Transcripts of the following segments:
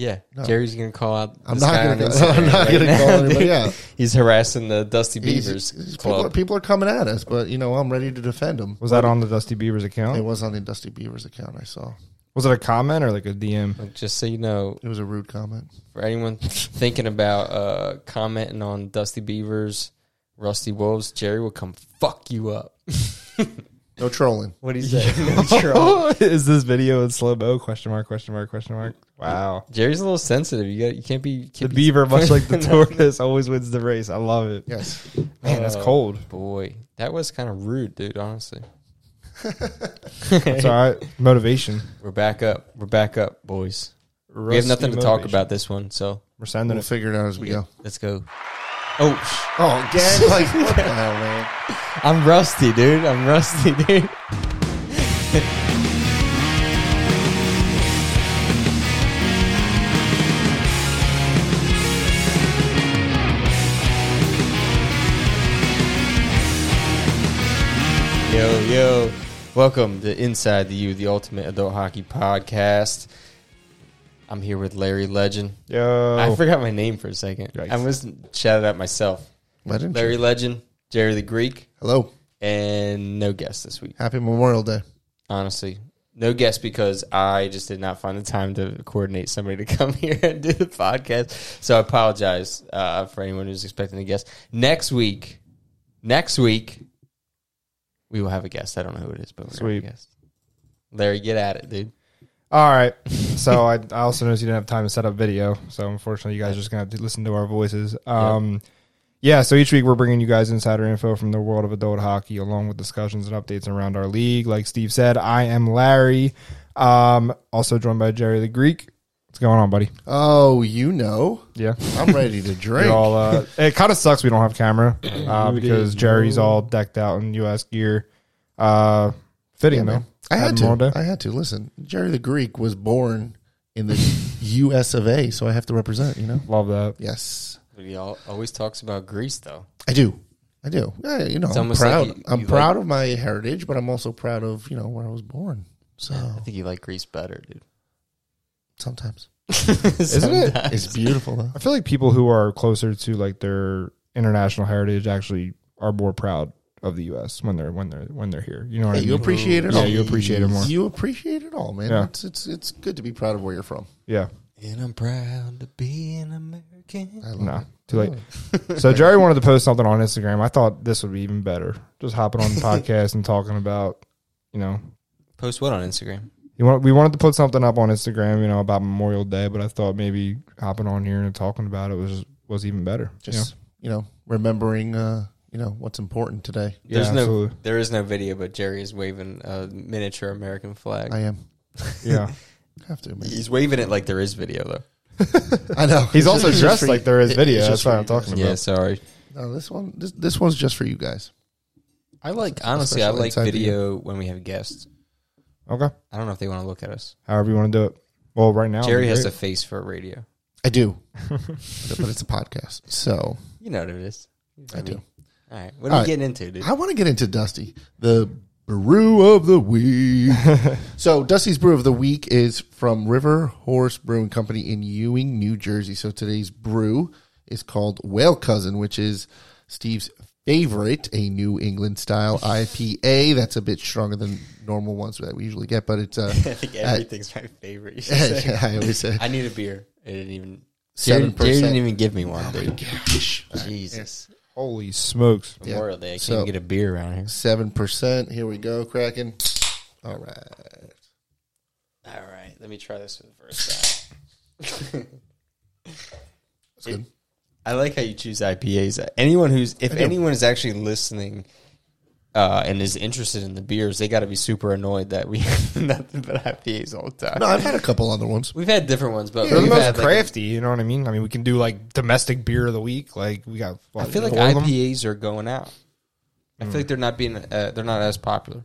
Yeah, No. Jerry's gonna call out. I'm this not guy gonna on go- I'm Instagram not gonna call anybody out. He's harassing the Dusty He's- Beavers he's- people, are, club. people are coming at us, but you know I'm ready to defend them. Was that on the Dusty Beavers It account? was on the Dusty Beavers account. I saw Was it a comment or like a DM? Like, Just so you know, it was a rude comment. for anyone thinking about uh, commenting on Dusty Beavers, Rusty Wolves, Jerry will come fuck you up. No trolling. What do you say? Is this video in slow mo? Question mark? Question mark? Question mark? Wow. Jerry's a little sensitive. You got you can't be you The can't be- beaver, much like the tortoise, always wins the race. I love it. Yes, Man, that's Uh, cold. Boy, that was kind of rude, dude. Honestly, It's all right. Motivation. we're back up. We're back up, boys. we have nothing to talk about this one, so We're sending we'll it. figure it out as we go. let's go. Oh, sh- Oh, again? Like what the hell, man? I'm rusty, dude. I'm rusty, dude. yo, yo. Welcome to Inside the U, the Ultimate Adult Hockey Podcast. I'm here with Larry Legend. Yo. I forgot my name for a second. Oh. Yikes. I was shouted out myself. Why didn't you? Larry Legend, Jerry the Greek, Hello. and no guest this week. Happy Memorial Day. Honestly, no guest because I just did not find the time to coordinate somebody to come here and do the podcast. So I apologize uh, for anyone who's expecting a guest next week. Next week, we will have a guest. I don't know who it is, but we're gonna have a Sweet. guest. Larry, get at it, dude. All right. So I, I also noticed you didn't have time to set up video. So unfortunately, you guys are just going to have to listen to our voices. Um, Yeah. So each week, we're bringing you guys insider info from the world of adult hockey, along with discussions and updates around our league. Like Steve said, I am Larry. Um, also joined by Jerry the Greek. What's going on, buddy? Oh, you know, Yeah. I'm ready to We drink. all, uh, it kind of sucks we don't have camera uh, because Jerry's all decked out in U.S. gear. Uh, fitting, man. though. I had Admiral Day. to. I had to listen. Jerry the Greek was born in the U.S. of A., so I have to represent. You know. Love that. Yes, But he al- always talks about Greece, though. I do. I do. Yeah, you know, I'm almost proud. like you- I'm you proud of my heritage, but I'm also proud of you know where I was born. So I think you like Greece better, dude. sometimes Isn't it? it's beautiful though. I feel like people who are closer to like their international heritage actually are more proud of the U.S. when they're when they're when they're here. You know what Yeah, I you mean? appreciate it Yeah, all. you appreciate it more. You appreciate it all, man. Yeah. It's it's it's good to be proud of where you're from. yeah, And I'm proud to be an American. I love no, it. too late. so Jerry wanted to post something on Instagram. I thought this would be even better. Just hopping on the podcast and talking about, you know, Post what on Instagram? you want we wanted to put something up on Instagram, you know, about Memorial Day, but I thought maybe hopping on here and talking about it was was even better. you Just you know, remembering uh, you know what's important today. Yeah, There's no, absolutely. there is no video, but Jerry is waving a miniature American flag. I am know? yeah. have to. Man. He's waving it like there is video, though. I know. He's also It's just dressed for like you- there is it- video. it's That's just what for I'm you talking Yeah, about. sorry. guys. No, this one this this one's just for you guys. I like honestly, I Especially like inside the- video when we have guests. Okay. I don't know if they want to look at us. However you want to do it. Well, right now Jerry it'd be has great. a face for radio. I do, but it's a podcast, so You know what it is. I do. All right, what are All we right. getting into, dude? I want to get into Dusty, the brew of the week. so, Dusty's brew of the week is from River Horse Brewing Company in Ewing, New Jersey. So, today's brew is called Whale Cousin, which is Steve's favorite, a New England style IPA. That's a bit stronger than normal ones that we usually get, but it's uh, I think everything's my favorite. you say. yeah, I always say I need a beer. I didn't even. Jerry, seven Jerry didn't percent. even give me one, dude. Jesus, Holy smokes. Yeah. Memorial Day. I can't So- even get a beer around here. Seven percent. Here we go, Kraken. All right. All right, let me try this for the first time. That's good. I like how you choose IPAs. Anyone who's if anyone is actually listening uh, and is interested in the beers, they got to be super annoyed that we have nothing but IPAs all the time. No, I've had a couple other ones. We've had different ones, but They're the we've most had, like, crafty, you know what I mean? I mean, we can do like domestic beer of the week. Like we got. I What, feel like four of them? IPAs are going out. I feel like they're not being uh, they're not as popular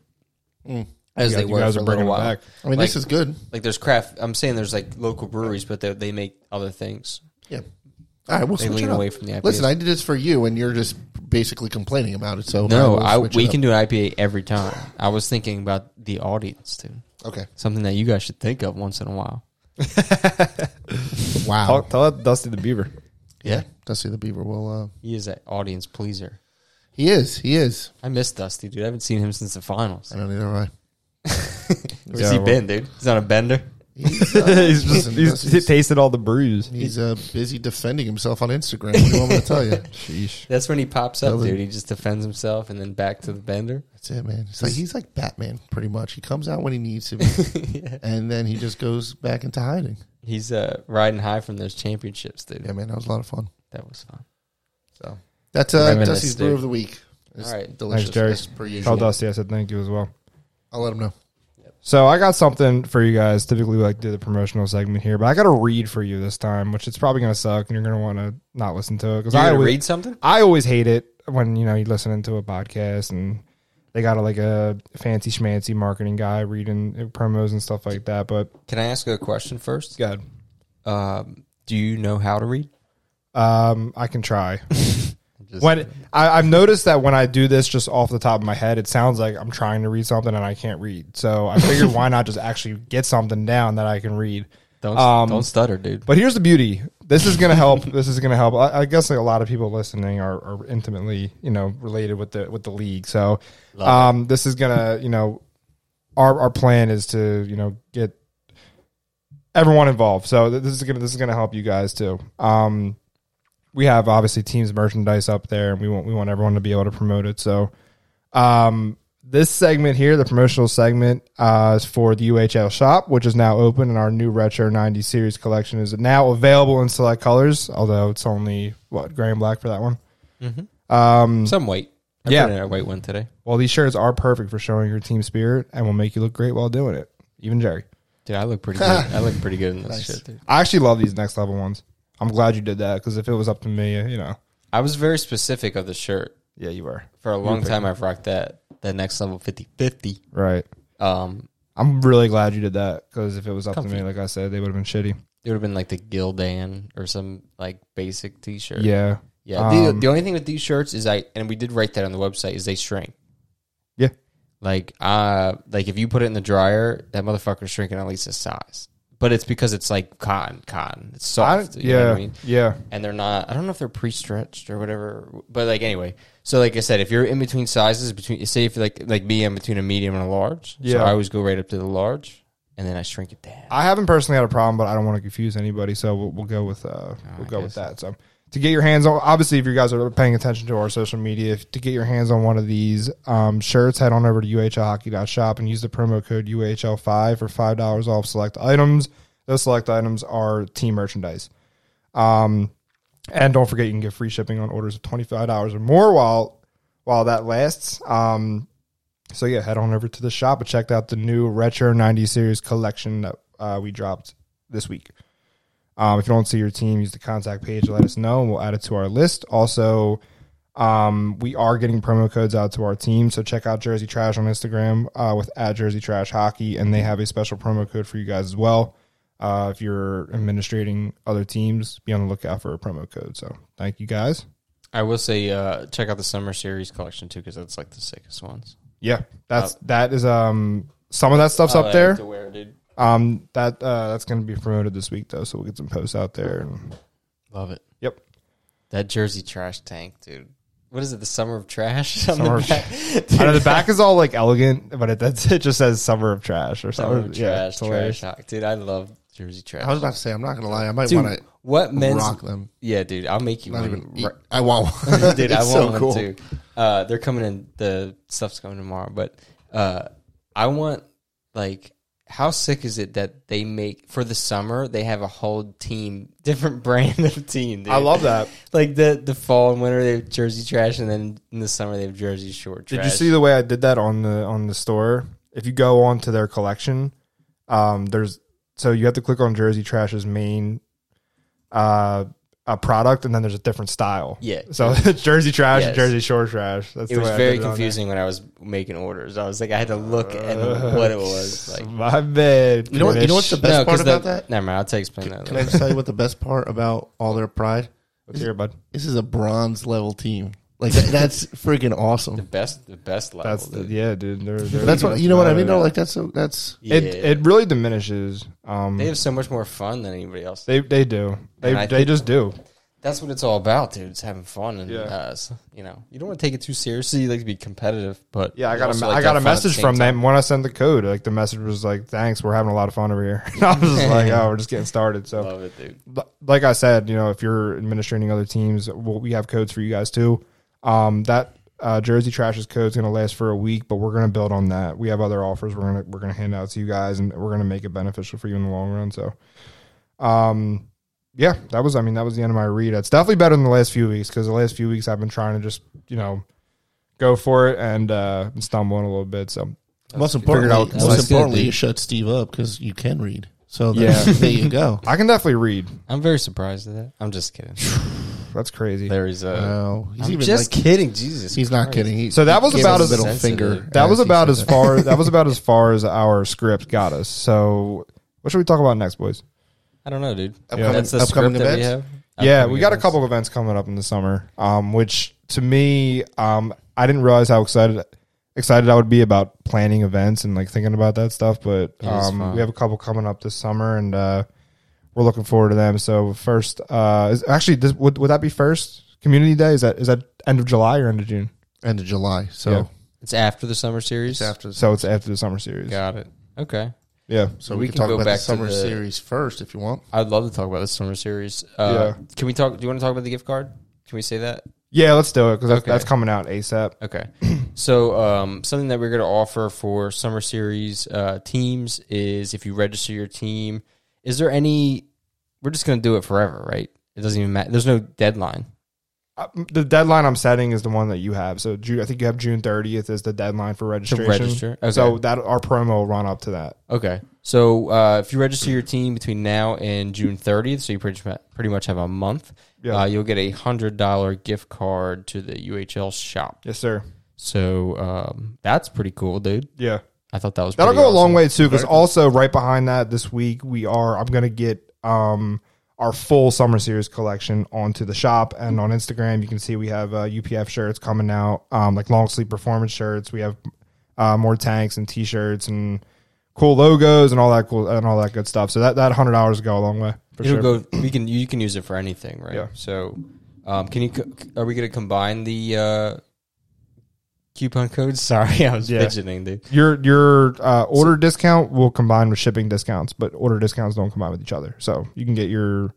as Mm. Yeah, they you were guys for are a bringing little it while. back. I mean, Like- this is good. Like there's craft. I'm saying there's like local breweries, but they they make other things. Yeah. All right, we'll They switch lean it up. away from the IPAs. Listen, I did this for you, and you're just basically complaining about it. So No, will I, switch it we up. can do an IPA every time. I was thinking about the audience too. Okay, Something that you guys should think of once in a while. Wow. Tell, tell that Dusty the Beaver. Yeah, Dusty the Beaver will. Uh, He is an audience pleaser. he is. He is. I miss Dusty, dude. I haven't seen him since the finals. I don't either. Right. Where's he Terrible. been, dude? He's on a bender. He's, uh, he's just listen, he's, Dusty's- he tasted all the bruise. He's uh, busy defending himself on Instagram. What do you want me to tell you? Sheesh. That's when he pops up, Tell him. dude. He just defends himself and then back to the bender. That's it, man. It's like he's like Batman, pretty much. He comes out when he needs to, be, and then he just goes back into hiding. He's uh, riding high from those championships, dude. Yeah, man, that was a lot of fun. That was fun. So That's uh, Reminisce, Dusty's brew dude. of the week. It's All right. delicious. Thanks, Jerry. as per Tell usual. Dusty I said thank you as well. I'll let him know. So I got something for you guys. Typically, we like to do the promotional segment here, but I got a read for you this time, which it's probably going to suck, and you're going to want to not listen to it because you I gonna always, read something? I always hate it when you know you listen into a podcast and they got a, like a fancy schmancy marketing guy reading uh, promos and stuff like that. But Can I ask you a question first? God, Um, do you know how to read? um, I can try. Just- when I, I've noticed that when I do this just off the top of my head, it sounds like I'm trying to read something and I can't read. So I figured why not just actually get something down that I can read. don't um, don't stutter, dude. But here's the beauty. This is gonna help. this is gonna help. I, I guess like a lot of people listening are, are intimately, you know, related with the with the league. So, um, this is gonna, you know, our our plan is to, you know, get everyone involved. So th- this is gonna this is gonna help you guys too. Um, we have obviously teams merchandise up there, and we want we want everyone to be able to promote it. So, um, this segment here, the promotional segment, uh, is for the UHL shop, which is now open, and our new Retro 90 series collection is now available in select colors, although it's only, what, gray and black for that one? Um, Some weight. I yeah. put in a weight one today. well, these shirts are perfect for showing your team spirit and will make you look great while doing it, even Jerry. Dude, I look pretty good. I look pretty good in this Nice. shit, dude. I actually love these next level ones. I'm glad you did that because if it was up to me, you know. I was very specific of the shirt. Yeah, you were. For a long time I've rocked that that next level 50 50. Right. Um I'm really glad you did that because if it was up to Comfy. me, like I said, they would have been shitty. it would have been like the Gildan or some like basic t shirt. Yeah. Yeah. The, Um, the only thing with these shirts is I and we did write that on the website is they shrink. Yeah. Like uh like if you put it in the dryer, that motherfucker's shrinking at least his size. But it's because it's like cotton, cotton. It's I, soft. you know yeah. what I mean? Yeah. and they're not. I don't know if they're pre-stretched or whatever, but like anyway. So like I said, if you're in between sizes, between say if you're like like me, I'm between a medium and a large. Yeah. So I always go right up to the large, and then I shrink it down. I haven't personally had a problem, but I don't want to confuse anybody, so we'll, we'll go with uh, we'll Oh, I go guess. with that. So to get your hands on, obviously, if you guys are paying attention to our social media, if, to get your hands on one of these um, shirts, head on over to uhlhockey.shop and use the promo code UHL5 for five dollars off select items. Those select items are team merchandise. Um, and don't forget, you can get free shipping on orders of twenty five dollars or more while while that lasts. Um, so yeah, head on over to the shop and check out the new Retro 90 series collection that uh, we dropped this week. Um, if you don't see your team, use the contact page to let us know, and we'll add it to our list. Also, um, we are getting promo codes out to our team, so check out Jersey Trash on Instagram uh, with at Jersey Trash Hockey, and they have a special promo code for you guys as well. Uh, if you're administrating other teams, be on the lookout for a promo code. So thank you guys. I will say, uh, check out the summer series collection too, because that's like the sickest ones. Yeah, that's that is um some of that stuff's up there. Um, that uh, that's going to be promoted this week though, so we'll get some posts out there. And, Love it. yep. That Jersey trash tank, dude. What is it? The summer of trash. Summer of I know the back is all like elegant, but it that's, it just says summer of trash or Summer something. of yeah, trash, it's hilarious. trash talk. dude. I love Jersey trash. I was about to say, I'm not gonna lie. I might dude, want to what men's? rock them. Yeah, dude. I'll make you Not one even. ri- eat. I want one. Dude, I want It's so one cool. too. Uh, they're coming in. The stuff's coming tomorrow, but uh, I want like how sick is it that they make for the summer? They have a whole team, different brand of team. Dude. I love that. like the the fall and winter they have Jersey Trash, and then in the summer they have Jersey Short Trash. Did you see the way I did that on the on the store? If you go on to their collection, um, there's so you have to click on Jersey Trash's main uh a product, and then there's a different style. Yeah. So it's Jersey Trash Yes. and Jersey Shore Trash. That's It the was way I very did it on there. confusing when I was making orders. I was like, I had to look at what it was. Like, My bad. Uh, You know what- you know what's the bitch. best No, 'cause part about the- that? Never mind. I'll tell you explain that. Can I just tell you what the best part about all their pride? Let's hear it, bud. This is a bronze level team. Like that, that's freaking awesome. best, the best level. That's the, dude. yeah, dude. They're, they're That's what you know what I mean. No, though? like that's so that's yeah. it it really diminishes. Um, they have so much more fun than anybody else. they they do. They And I they think- just do. That's what it's all about, dude. It's having fun, and Yeah. uh, s- you know, you don't want to take it too seriously. You like to be competitive, but Yeah, I you got a, also me- like I to got a have fun at the message same from time. them when I sent the code. Like the message was like, "Thanks, we're having a lot of fun over here." And I was just like, "Oh, we're just getting started." So Love it, dude. L- like I said, you know, if you're administrating other teams, well, we have codes for you guys too. Um, that uh, Jersey Trash's code is going to last for a week, but we're going to build on that. We have other offers we're going to we're going to hand out to you guys, and we're going to make it beneficial for you in the long run. So, um, yeah, that was I mean that was the end of my read. It's definitely better than the last few weeks because the last few weeks I've been trying to just you know go for it and uh, stumbling a little bit. So most Figured importantly. Most out- That's good, importantly, dude. you shut Steve up because you can read. So Yeah. there- there you go. I can definitely read. I'm very surprised at that. I'm just kidding. That's crazy. Larry's uh, Oh, he's I'm even just like, kidding. Jesus, he's not Christ. kidding. He, So that was he gave about us as- a middle finger. Sensitive. that as was he about said as that. far that was about as far as our script got us. So what should we talk about next, boys? I don't know, dude. Upcoming- That's the upcoming script that we have. events? yeah, Upcoming we got a events. couple of events coming up in the summer, um, which to me, um, I didn't realize how excited excited I would be about planning events and like thinking about that stuff. But It is um, fun. we have a couple coming up this summer, and uh, we're looking forward to them. So first, uh, is, actually, this, would would that be first community day? Is that is that end of July or end of June? end of July. So Yeah. It's after the summer series. it's after. So it's after the summer series. Yeah, Got it. Okay. yeah. So We we, can can, talk go about back to the summer the- series first if you want. I'd love to talk about the summer series. Uh, Yeah. Can we talk? Do you want to talk about the gift card? Can we say that? let's do it because that's, Okay. that's coming out asap. Okay. so um, something that we're going to offer for summer series uh, teams is if you register your team, is there any? We're just going to do it forever, right? It doesn't even matter. There's no deadline. Uh, the deadline I'm setting is the one that you have. So June, I think you have June 30th is the deadline for registration. register, okay. So that our promo will run up to that. Okay. So uh, if you register your team between now and June 30th, so you pretty much, pretty much have a month, Yeah. uh, you'll get a $100 gift card to the UHL shop. Yes, sir. So um, that's pretty cool, dude. Yeah, I thought that was that'll pretty go a long awesome. way too. Because also right behind that, this week we are. I'm gonna get um our full summer series collection onto the shop and on Instagram. You can see we have uh, UPF shirts coming out, um like long sleeve performance shirts. We have uh, more tanks and t-shirts and cool logos and all that cool and all that good stuff. So that that hundred dollars go a long way. For sure. It'll go. We can you can use it for anything, right? Yeah. So, um, can you? co- Are we going to combine the uh, coupon codes? Sorry, I was Yeah. fidgeting, dude. your your uh, order discount will combine with shipping discounts, but order discounts don't combine with each other. So you can get your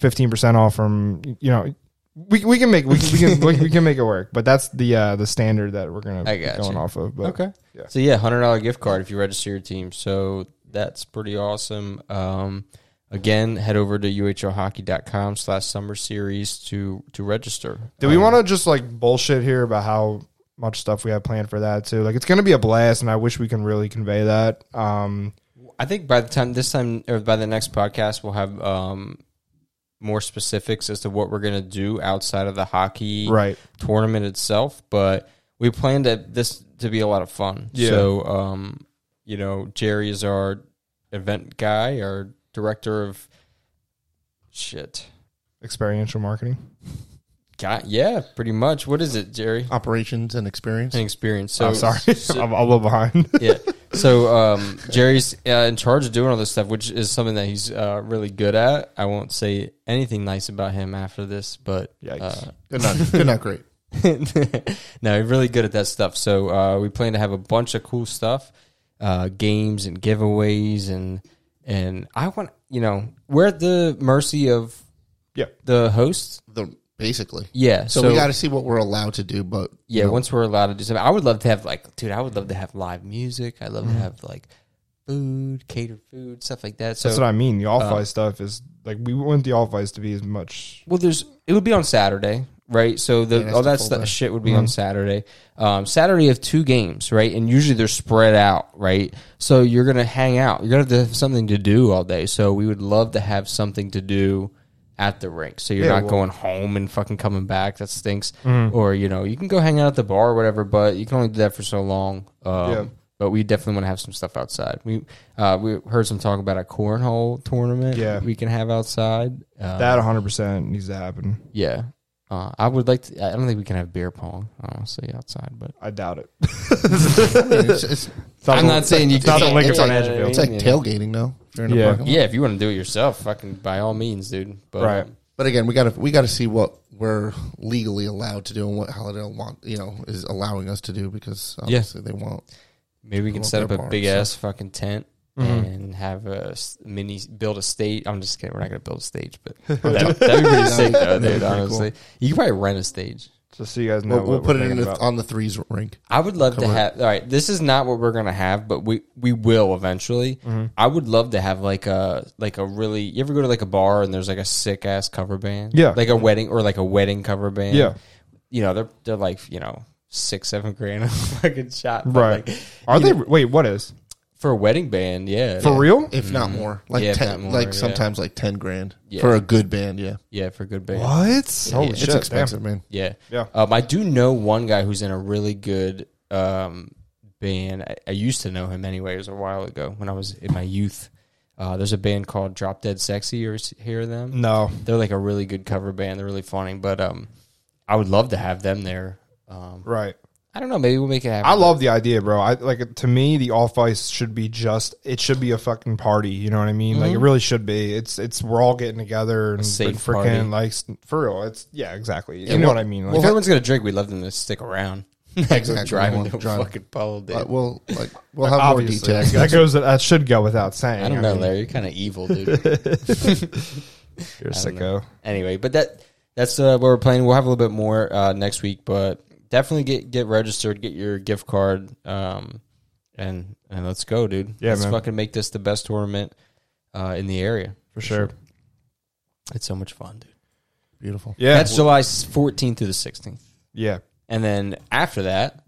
fifteen percent off from you know we, we can make we, can- we can we, we can make it work, but that's the uh, the standard that we're gonna I be got going you. off of. But Okay. Yeah. So yeah, hundred dollar gift card if you register your team. So that's pretty awesome. Um, again, head over to uhlhockey.com slash summer series to to register. do we want to just like bullshit here about how much stuff we have planned for that too? Like it's gonna be a blast, and I wish we can really convey that. Um, I think by the time this time or by the next podcast, we'll have um more specifics as to what we're gonna do outside of the hockey right. tournament itself, but we planned that this to be a lot of fun. Yeah. So, um, you know, Jerry is our event guy, our director of shit. Experiential marketing. God, yeah, pretty much. What is it, Jerry? Operations and experience. An experience. So So, sorry, I'm a little behind. yeah. So um, Jerry's uh, in charge of doing all this stuff, which is something that he's uh, really good at. I won't say anything nice about him after this, but Yikes. uh, They're not, they're not great. no, you're really good at that stuff. So uh, we plan to have a bunch of cool stuff, uh, games and giveaways, and and I want you know we're at the mercy of Yeah. the host. The, basically. Yeah, so, So, we got to see what we're allowed to do, but yeah. Once we're allowed to do something, I would love to have like, dude, I would love to have live music. I love to have like food, catered food, stuff like that. So That's what I mean. The Uh, off ice stuff is like we want the off ice to be as much. Well, there's it would be on Saturday, right? So the that's all the that full stuff, day. shit would be on Saturday. Um, Saturday you have two games, right? And usually they're spread out, right? So you're gonna hang out. You're gonna have to have something to do all day. So we would love to have something to do at the rink. So you're Yeah, not well- going home and fucking coming back. That stinks. Or you know you can go hang out at the bar or whatever, but you can only do that for so long. Um, Yeah. But we definitely want to have some stuff outside. We uh, we heard some talk about a cornhole tournament. Yeah. we can have outside. Uh, That 100 percent needs to happen. yeah. Uh, I would like to. I don't think we can have beer pong, honestly, outside. But I doubt it. It's, it's, I'm not saying you it's not can't. the liquor It's on like- Edgeville. it's like Yeah. tailgating though. if you're in a Yeah. parking lot. Yeah, if you want to do it yourself, fucking by all means, dude. But, Right. But again, we gotta we gotta see what we're legally allowed to do and what Holiday want you know is allowing us to do because obviously they won't. Maybe we can Well, set up they're a bars, big so- Mm-hmm. ass fucking tent Mhm. and have a s- mini build a stage. I'm just kidding. We're not gonna build a stage, but that'd, that'd be pretty sick though, That'd be dude. pretty cool. Honestly, you could probably rent a stage. Just so you guys know, We'll, what we'll we're put it in thinking the, about. on the threes rink. I would love Come to on. have. All right, this is not what we're gonna have, but we we will eventually. Mm-hmm. I would love to have like a like a really. You ever go to like a bar and there's like a sick ass cover band? Yeah. like a wedding or like a wedding cover band. Yeah. you know they're they're like you know six seven grand a fucking shot, but, right? like, Are you they? know, Wait, what is for a wedding band? Yeah, for real? if not more, like Mm-hmm. Yeah, if not ten, more, like yeah. sometimes like ten grand Yeah. for a good band. Yeah, yeah, for a good band. What? Holy yeah. shit! it's damn. expensive, man. Yeah. Yeah. Um, I do know one guy who's in a really good um, band. I, I used to know him anyway. It was a while ago when I was in my youth. Uh, there's a band called Drop Dead Sexy. You ever s- hear of them? No, They're like a really good cover band. They're really funny. But um, I would love to have them there. Um, right. I don't know. Maybe we'll make it happen. I love the idea, bro. I like to me the off ice should be just it should be a fucking party. You know what I mean? Like it really should be. It's it's we're all getting together and Mm-hmm. safe been party. freaking like s- for real. It's yeah, exactly. you know what I mean? Like, Well, if everyone's gonna drink, we'd love them to stick around. Exactly. driving We'll to a drive. fucking puddle, dude. But we'll like we'll have more obviously, details. that goes that should go without saying. I don't know, mean, Larry. You're kind of evil, dude. You're a I don't sicko. know. Anyway, but that that's uh, what we're playing. We'll have a little bit more uh, next week, but definitely get get registered, get your gift card, um, and and let's go, dude. Yeah, let's man. fucking make this the best tournament uh, in the area. For sure. It's so much fun, dude. Beautiful. Yeah, That's July 14th through the 16th, yeah. and then after that,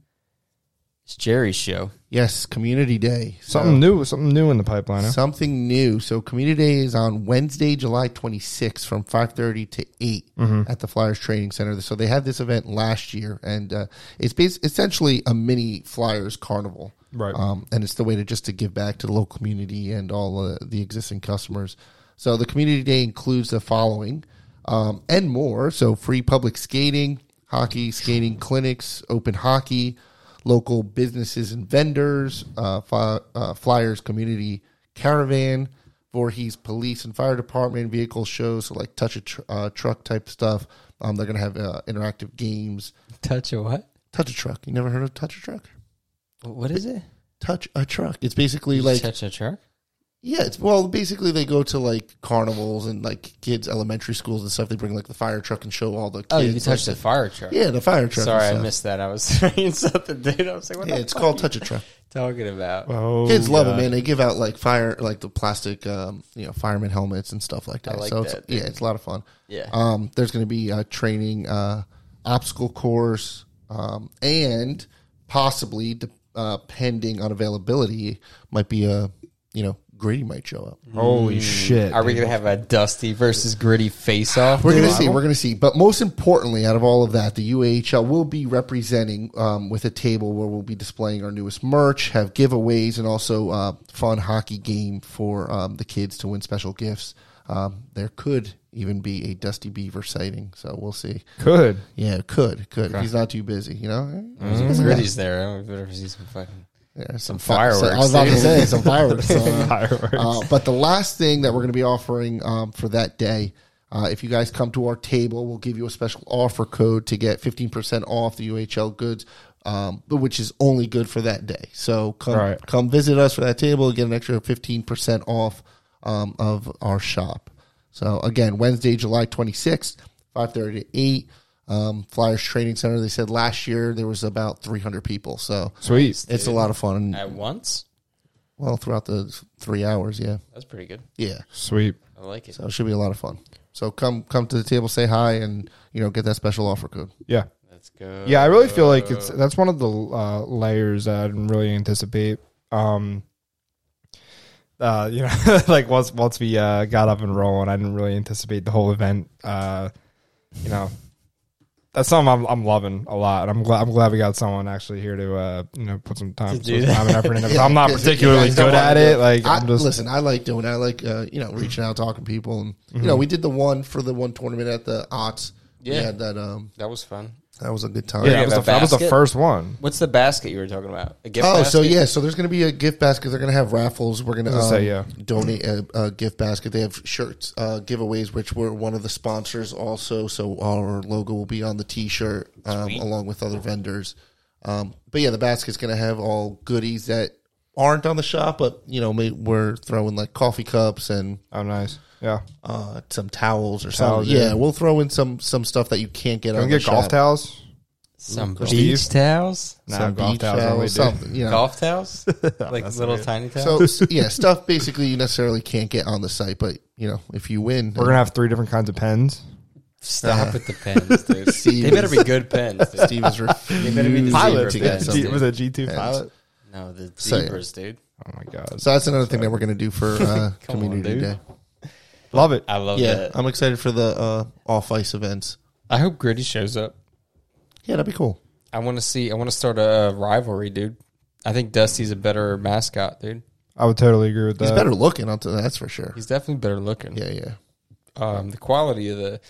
it's Jerry's show. Yes, Community Day. So- Something new, something new in the pipeline. huh? Something new. So Community Day is on Wednesday, July 26th from 5:30 to 8 Mm-hmm. at the Flyers Training Center. So they had this event last year, and uh, it's bas- essentially a mini Flyers carnival. Right. Um, and it's the way to just to give back to the local community and all uh, the existing customers. So the Community Day includes the following um, and more. So free public skating, hockey, skating clinics, open hockey, local businesses and vendors, uh, fi- uh, Flyers community caravan, Voorhees Police and Fire Department vehicle shows, so like touch a tr- uh, truck type stuff. Um, they're gonna have uh, interactive games. Touch a what? Touch a truck. You never heard of touch a truck? What is it? Touch a truck. It's basically like touch a truck? yeah, it's well, basically they go to like carnivals and like kids elementary schools and stuff. They bring like the fire truck and show all the kids. Oh, you can like, touch the fire truck. yeah, the fire truck. Sorry, and I stuff. missed that. I was saying something, dude. I was like, what Yeah, the it's fuck called are touch a truck. you talking about? Oh, Kids love God. them, man. They give out like fire, like the plastic, um, you know, fireman helmets and stuff like that. I like so it's, that, dude. yeah, it's a lot of fun. Yeah. Um, there's going to be uh, training, uh, obstacle course, um, and possibly, de- uh, pending on availability, might be a, you know, Grady might show up. Holy shit! Mm. Are we gonna have a dusty versus gritty face off? We're gonna see. We're gonna see. But most importantly, out of all of that, the UAHL will be representing um, with a table where we'll be displaying our newest merch, have giveaways, and also uh, fun hockey game for um, the kids to win special gifts. Um, there could even be a Dusty Beaver sighting, so we'll see. Good. Yeah, it could it could. He's not too busy, you know. Mm-hmm. Gritty's there. I would better see some fucking. Mm-hmm. Yeah, Some fi- so- I fireworks, was about to dude. say some fireworks. Uh, Fireworks. uh, but the last thing that we're going to be offering um, for that day, uh, if you guys come to our table, we'll give you a special offer code to get 15% off the UHL goods, um, but which is only good for that day. So come Right. come visit us for that table, get an extra 15% off um, of our shop. So again, Wednesday, July 26th, 5:30 to 8. Um, Flyers Training Center. They said last year there was about 300 people, so Sweet. it's a lot of fun. At once? Well, throughout the three hours, yeah, That's pretty good. yeah. Sweet. I like it. So it should be a lot of fun. So come come to the table, say hi, and you know get that special offer code. Yeah. Let's go. Yeah, I really feel like it's that's one of the uh, layers that I didn't really anticipate. Um, uh, you know, like once once we uh, got up and rolling, I didn't really anticipate the whole event. Uh, you know, that's something I'm, I'm loving a lot. I'm glad I'm glad we got someone actually here to uh, you know put some time, To do some time and effort into. it. I'm not Because particularly you guys don't good wanna at do it. Like I, I'm just listen, I like doing. It. Mhm. I like uh, you know reaching out, talking to people, and you know we did the one for the one tournament at the Ots Yeah, Yeah, that um, that was fun. that was a good time. Yeah, Yeah, that, was the the, that was the basket. first one. What's the basket you were talking about? A gift oh, basket? so yeah, so there's going to be a gift basket. They're going to have raffles. We're going to was um, gonna say, yeah. donate a, a gift basket. They have shirts uh, giveaways, which we're one of the sponsors also. So our logo will be on the T-shirt um, along with other vendors. Um, but yeah, the basket's going to have all goodies that aren't on the shop, but you know may- we're throwing like coffee cups and Oh, nice. Yeah. uh, some towels or Towels, something. Yeah, yeah. we'll throw in some some stuff that you can't get Can on we the get golf shop. towels? Some Golf beach towels? Nah, Some golf beach towels. towels, only, dude. something. You know, Golf towels? like little tiny towels? Oh, So s- yeah, stuff basically you necessarily can't get on the site, but you know if you win, We're gonna have three different kinds of pens. Stop with the pens, dude. Steve they better be good pens. Dude. Steve is They better be the refused Pilot. to Yeah, get Something. G- something. was it G two Pens. pilot? No, the So, yeah. zebras, dude. Oh my god, So that's another thing that we're gonna do for uh, Come on, community dude. day. love it. I love Yeah, that. I'm excited for the uh, off ice events. I hope Gritty shows up. Yeah, that'd be cool. I want to see. I want to start a rivalry, dude. I think Dusty's a better mascot, dude. I would totally agree with that. He's better looking, I'll tell that's for sure. He's definitely better looking. Yeah, yeah. Um, the quality of the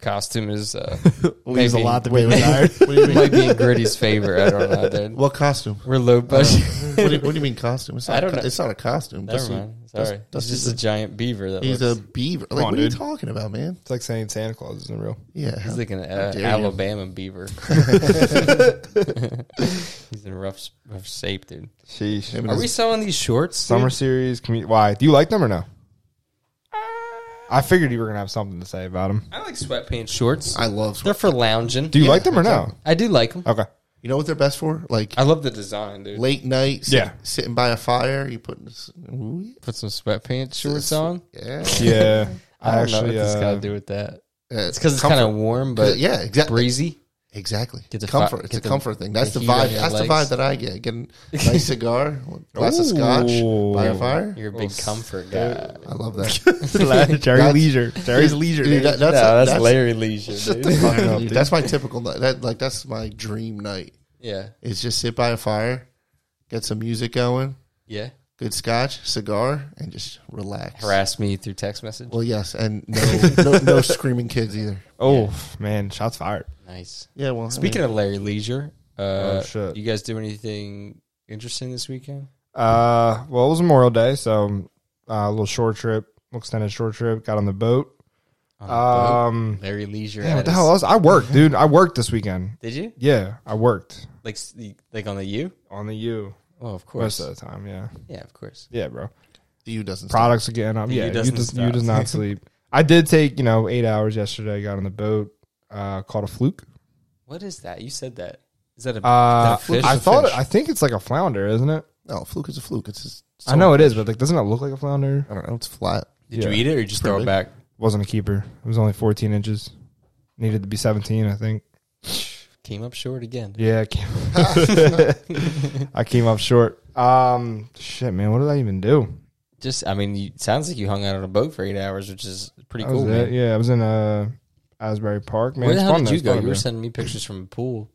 costume is uh, Leaves maybe- a lot to Wait, be wait, desired. what do you mean? might be in Gritty's favor. I don't know, dude. What costume? We're low budget. What do you, what do you mean costume? It's not I don't a co- know. It's not a costume. Never Dusty- mind. Sorry, it's Dust- just Dusty's a giant beaver. That He's a looks, beaver. Like, on, what are you dude. talking about, man? It's like saying Santa Claus isn't real. Yeah, he's like an uh, dare you. Alabama beaver. he's in rough, rough shape, dude. Sheesh. Him and Are we his- selling these shorts? dude? Summer series. Commu- why do you like them or no? I figured you were gonna have something to say about them. I like sweatpants shorts. I love. They're for lounging. Do you Yeah, like them or no? I do like them. Okay. You know what they're best for? Like I love the design, dude. late night, sit- Yeah. sitting by a fire. You put this. Ooh, Put some sweatpants shorts on. yeah, Yeah. I I, don't know what actually. this got Uh, to do with that. Yeah, It's because it's kind of warm, but yeah, exactly, breezy. exactly. Get the comfort. fi- it's get a the- comfort thing. That's the the, heat on vibe. your That's the legs. vibe that I get. Get a nice cigar, glass of scotch by a Ooh. fire. You're a big uh, comfort guy. I love that. Jerry Leisure. Jerry's Leisure. Dude, that- days. that's, that's- Larry Leisure. shut the fuck up, dude. That's my typical night. That like that's my dream night. Yeah, Is just sit by a fire, get some music going, yeah. good scotch, cigar, and just relax. Harass me through text message. Well, yes, and no, no, no screaming kids either. oh man, shots fired. Nice. Yeah, well, Speaking of Larry Leisure, uh, Oh, shit. you guys do anything interesting this weekend? Uh, well, it was Memorial Day, so uh, a little short trip, little extended short trip. Got on the boat. On the boat? Um, Larry Leisure. man, at what the his- hell else? I worked, dude. I worked this weekend. Did you Yeah, I worked like s- you- like on the U? on the U Oh, of course. most of the time. Yeah, Yeah, of course. yeah, bro. the U doesn't. stop. Products again. Up. The U Yeah, you doesn't does, stop. you does not sleep. I did take you know eight hours yesterday. Got on the boat. Uh, caught a fluke. What is that? You said that. Is that a, Uh, is that a fish? I It's a thought. fish. I think it's like a flounder, isn't it? No, fluke is a fluke. It's just. I know it is, but like, doesn't it look like a flounder? I don't know. It's flat. Did Yeah. you eat it or you just throw it Pretty back? Wasn't a keeper. It was only 14 inches. Needed to be 17, I think. Came up short again. Yeah, I came, I came up short. Um, shit, man, what did I even do? Just, I mean, you, sounds like you hung out on a boat for eight hours, which is pretty That cool. was man. it. Yeah, I was in uh, Asbury Park. Man, Where the it's hell fun, did though. you It's go? fun, You were man. sending me pictures from a pool.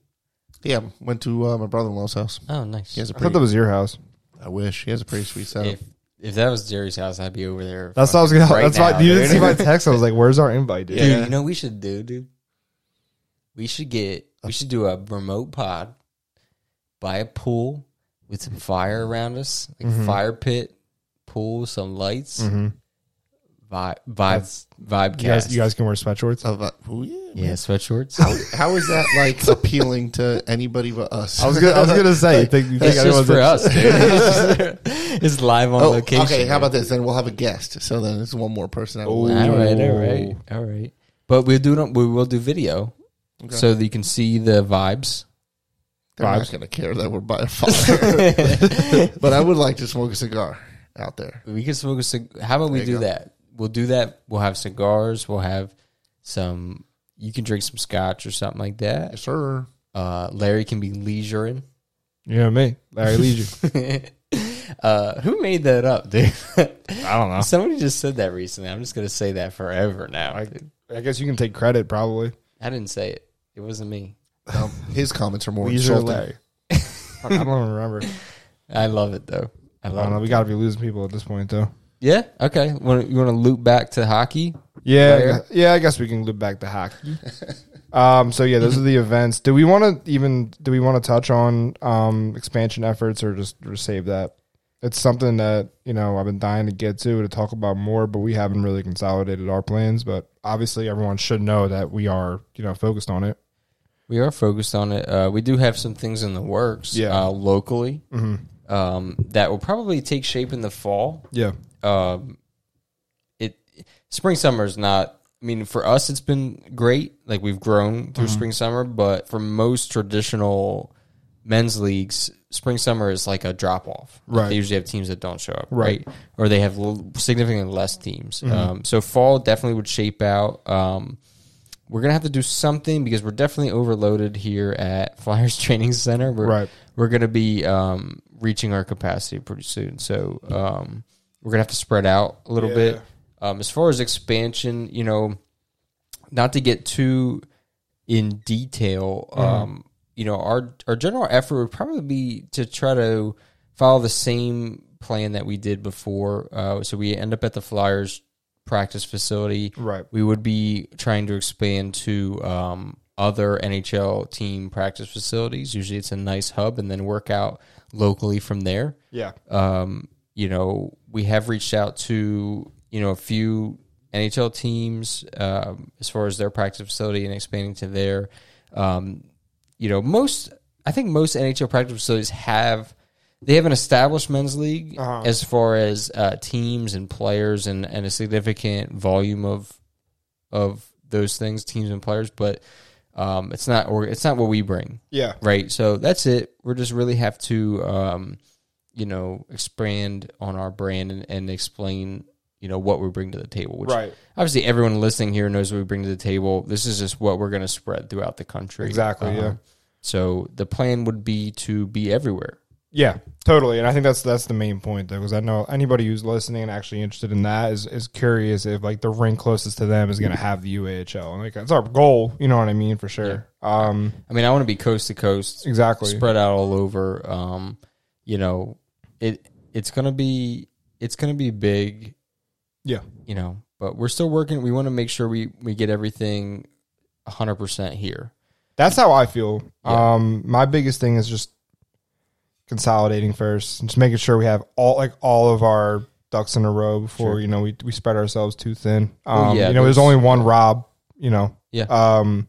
Yeah, went to uh, my brother-in-law's house. Oh, nice. He has a I thought pretty. that was your house. I wish he has a pretty sweet setup. If if that was Jerry's house, I'd be over there. That's what I was gonna. Right that's now, why you didn't dude. see my text. I was like, "Where's our invite, dude?" dude. You know what we should do, dude. We should get. We should do a remote pod by a pool with some fire around us, like Mm-hmm. fire pit, pool, some lights, Mhm. vibe, vibe, vibe You guys, cast. you guys can wear sweatshorts. Of, uh, oh, yeah, yeah, man. sweatshorts. How, how is that like appealing to anybody but us? I was gonna. I was gonna say. You think, you That's think just anyone's for us, dude. it's, just- it's live on Oh, location. okay. How dude. about this? Then we'll have a guest. So then it's one more person. Out of the Oh. way. All right, all Ooh. right, all right. But we'll do it. We will do video, so that you can see the vibes. They're not Vibes. gonna care that we're by a fire. but I would like to smoke a cigar out there. we can smoke a cig- How about we There you do go. that? We'll do that. We'll have cigars. We'll have some. You can drink some scotch or something like that. Yes, sir. Uh, Larry can be leisuring. You know me, Larry Leisure. Uh, who made that up, dude? I don't know. Somebody just said that recently. I'm just gonna say that forever now. I, dude. I guess you can take credit probably. I didn't say it. It wasn't me. Um, his comments are more Leisure insulting. Larry. I don't remember. I love it though. I I don't love know. it. We got to be losing people at this point, though. Yeah. Okay. Wanna, you want to loop back to hockey? Yeah, I Right. guess- yeah. I guess we can loop back to hockey. um, so yeah, those are the events. Do we want to even? Do we want to touch on um, expansion efforts or just or save that? It's something that you know I've been dying to get to to talk about more, but we haven't really consolidated our plans. But obviously, everyone should know that we are you know focused on it. We are focused on it. Uh, we do have some things in the works. Yeah. Uh, locally, Mm-hmm. um, that will probably take shape in the fall. Yeah, um, it spring summer is not. I mean, for us, it's been great. Like we've grown Mm-hmm. through spring summer, but for most traditional men's leagues, spring summer is like a drop off. Right. they usually have teams that don't show up, Right. Mm-hmm. right? Or they have l- significantly less teams. Um, so fall definitely would shape out. Um, we're gonna have to do something because we're definitely overloaded here at Flyers Training Center. We're, Right. We're gonna be um, reaching our capacity pretty soon, so um, we're gonna have to spread out a little Yeah. bit. Um, as far as expansion, you know, not to get too in detail, um, you know, our our general effort would probably be to try to follow the same plan that we did before. Uh, so we end up at the Flyers practice facility. Right. We would be trying to expand to um, other NHL team practice facilities. Usually, it's a nice hub, and then work out locally from there yeah, um, you know, we have reached out to you know a few NHL teams um, as far as their practice facility and expanding to there. Um, you know, most I think most NHL practice facilities have they have an established men's league Uh-huh. as far as uh, teams and players and and a significant volume of of those things, teams and players, but. Um, it's not or it's not what we bring yeah, right so that's it we're just really have to um you know expand on our brand and, and explain you know what we bring to the table which Right. obviously everyone listening here knows what we bring to the table this is just what we're going to spread throughout the country Um, Exactly, yeah. so the plan would be to be everywhere yeah. Totally. And I think that's that's the main point though, because I know anybody who's listening and actually interested in that is is curious if like the ring closest to them is going to have the UAHL. And like that's our goal. You know what I mean? For sure. Um. i mean i want to be coast to coast Exactly. spread out all over. Um, you know, it it's gonna be it's gonna be big. Yeah. You know, but we're still working. We want to make sure we we get everything hundred percent here. That's how I feel. Yeah. Um, my biggest thing is just consolidating first, and just making sure we have all like all of our ducks in a row before Sure. you know we we spread ourselves too thin. Um, Well, yeah, you know, there's there's- only one Rob. You know, Yeah. Um,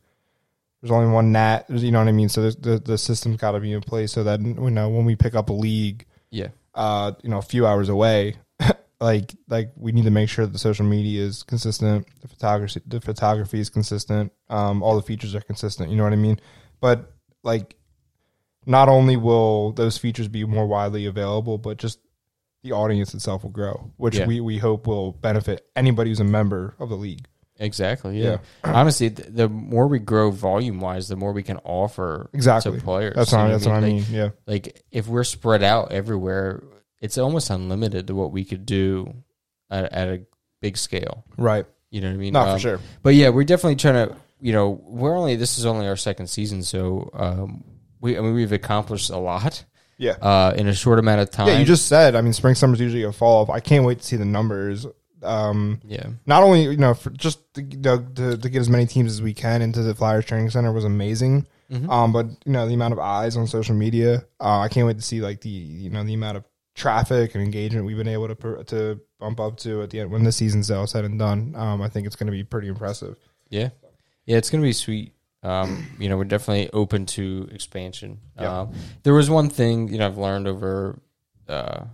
there's only one Nat. You know what I mean? So there's- the the system's got to be in place so that you know when we pick up a league, Yeah. uh, you know, a few hours away. like like we need to make sure that the social media is consistent, the photography the photography is consistent, um, all the features are consistent, you know what I mean? But like not only will those features be more widely available, but just the audience itself will grow, which Yeah. we, we hope will benefit anybody who's a member of the league. Exactly. Yeah. Honestly, the, the more we grow volume wise, the more we can offer Exactly. to players. That's You what, know that's what I Like- mean. Yeah. like if we're spread out everywhere, it's almost unlimited to what we could do at, at a big scale. Right. You know what I mean? Not Um, for sure. But yeah, we're definitely trying to. You know, we're only this is only our second season, so um, we I mean we've accomplished a lot Yeah. uh, in a short amount of time. yeah, you just said, I mean, spring summer's usually a fall off. I can't wait to see the numbers. Um, yeah not only you know for just to, you know, to, to get as many teams as we can into the Flyers training center was amazing. Um, but you know the amount of eyes on social media, uh, I can't wait to see like the you know the amount of traffic and engagement we've been able to per, to bump up to at the end when the season's all said and done. Um, I think it's going to be pretty impressive. yeah yeah it's gonna be sweet. Um, you know, we're definitely open to expansion. Yeah. Um, there was one thing you know I've learned over, uh,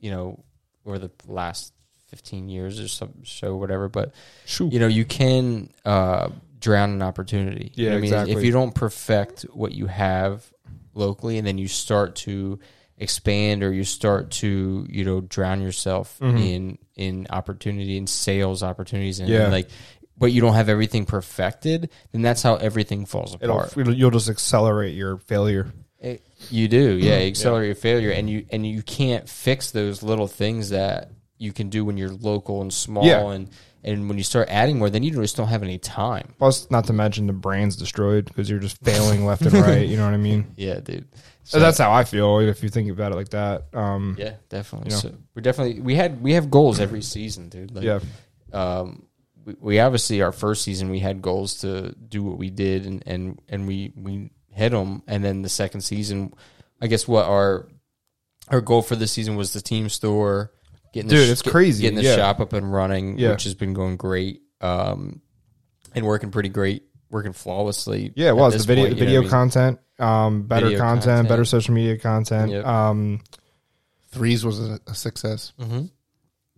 you know, over the last fifteen years or some so whatever, but you know you can uh, drown an opportunity. You Yeah, know what I mean? exactly. If you don't perfect what you have locally, and then you start to expand, or you start to you know drown yourself Mm-hmm. in in opportunity and sales opportunities, and Yeah. like, but you don't have everything perfected, then that's how everything falls It'll, apart. it'll you'll just accelerate your failure. It- you do, yeah. Accelerate your failure, and you and you can't fix those little things that you can do when you're local and small Yeah. and And when you start adding more, then you just don't have any time. Plus, not to mention the brand's destroyed because you're just failing left and right. You know what I mean? Yeah, dude. So that's how I feel if you think about it like that. Um, Yeah, definitely. You know. So we're definitely we had we have goals every season, dude. Like, yeah. Um, we, we obviously our first season we had goals to do what we did and and and we we hit them. And then the second season, I guess what our our goal for this season was the team store. Getting Dude, sh- it's crazy. Getting the Yeah. shop up and running, Yeah. which has been going great, um, and working pretty great, working flawlessly. Yeah, it at was this the video point, you know video what I mean? content, um, better Video content, content. better social media content. Yep. Um, Threes was a, a success. Mm-hmm.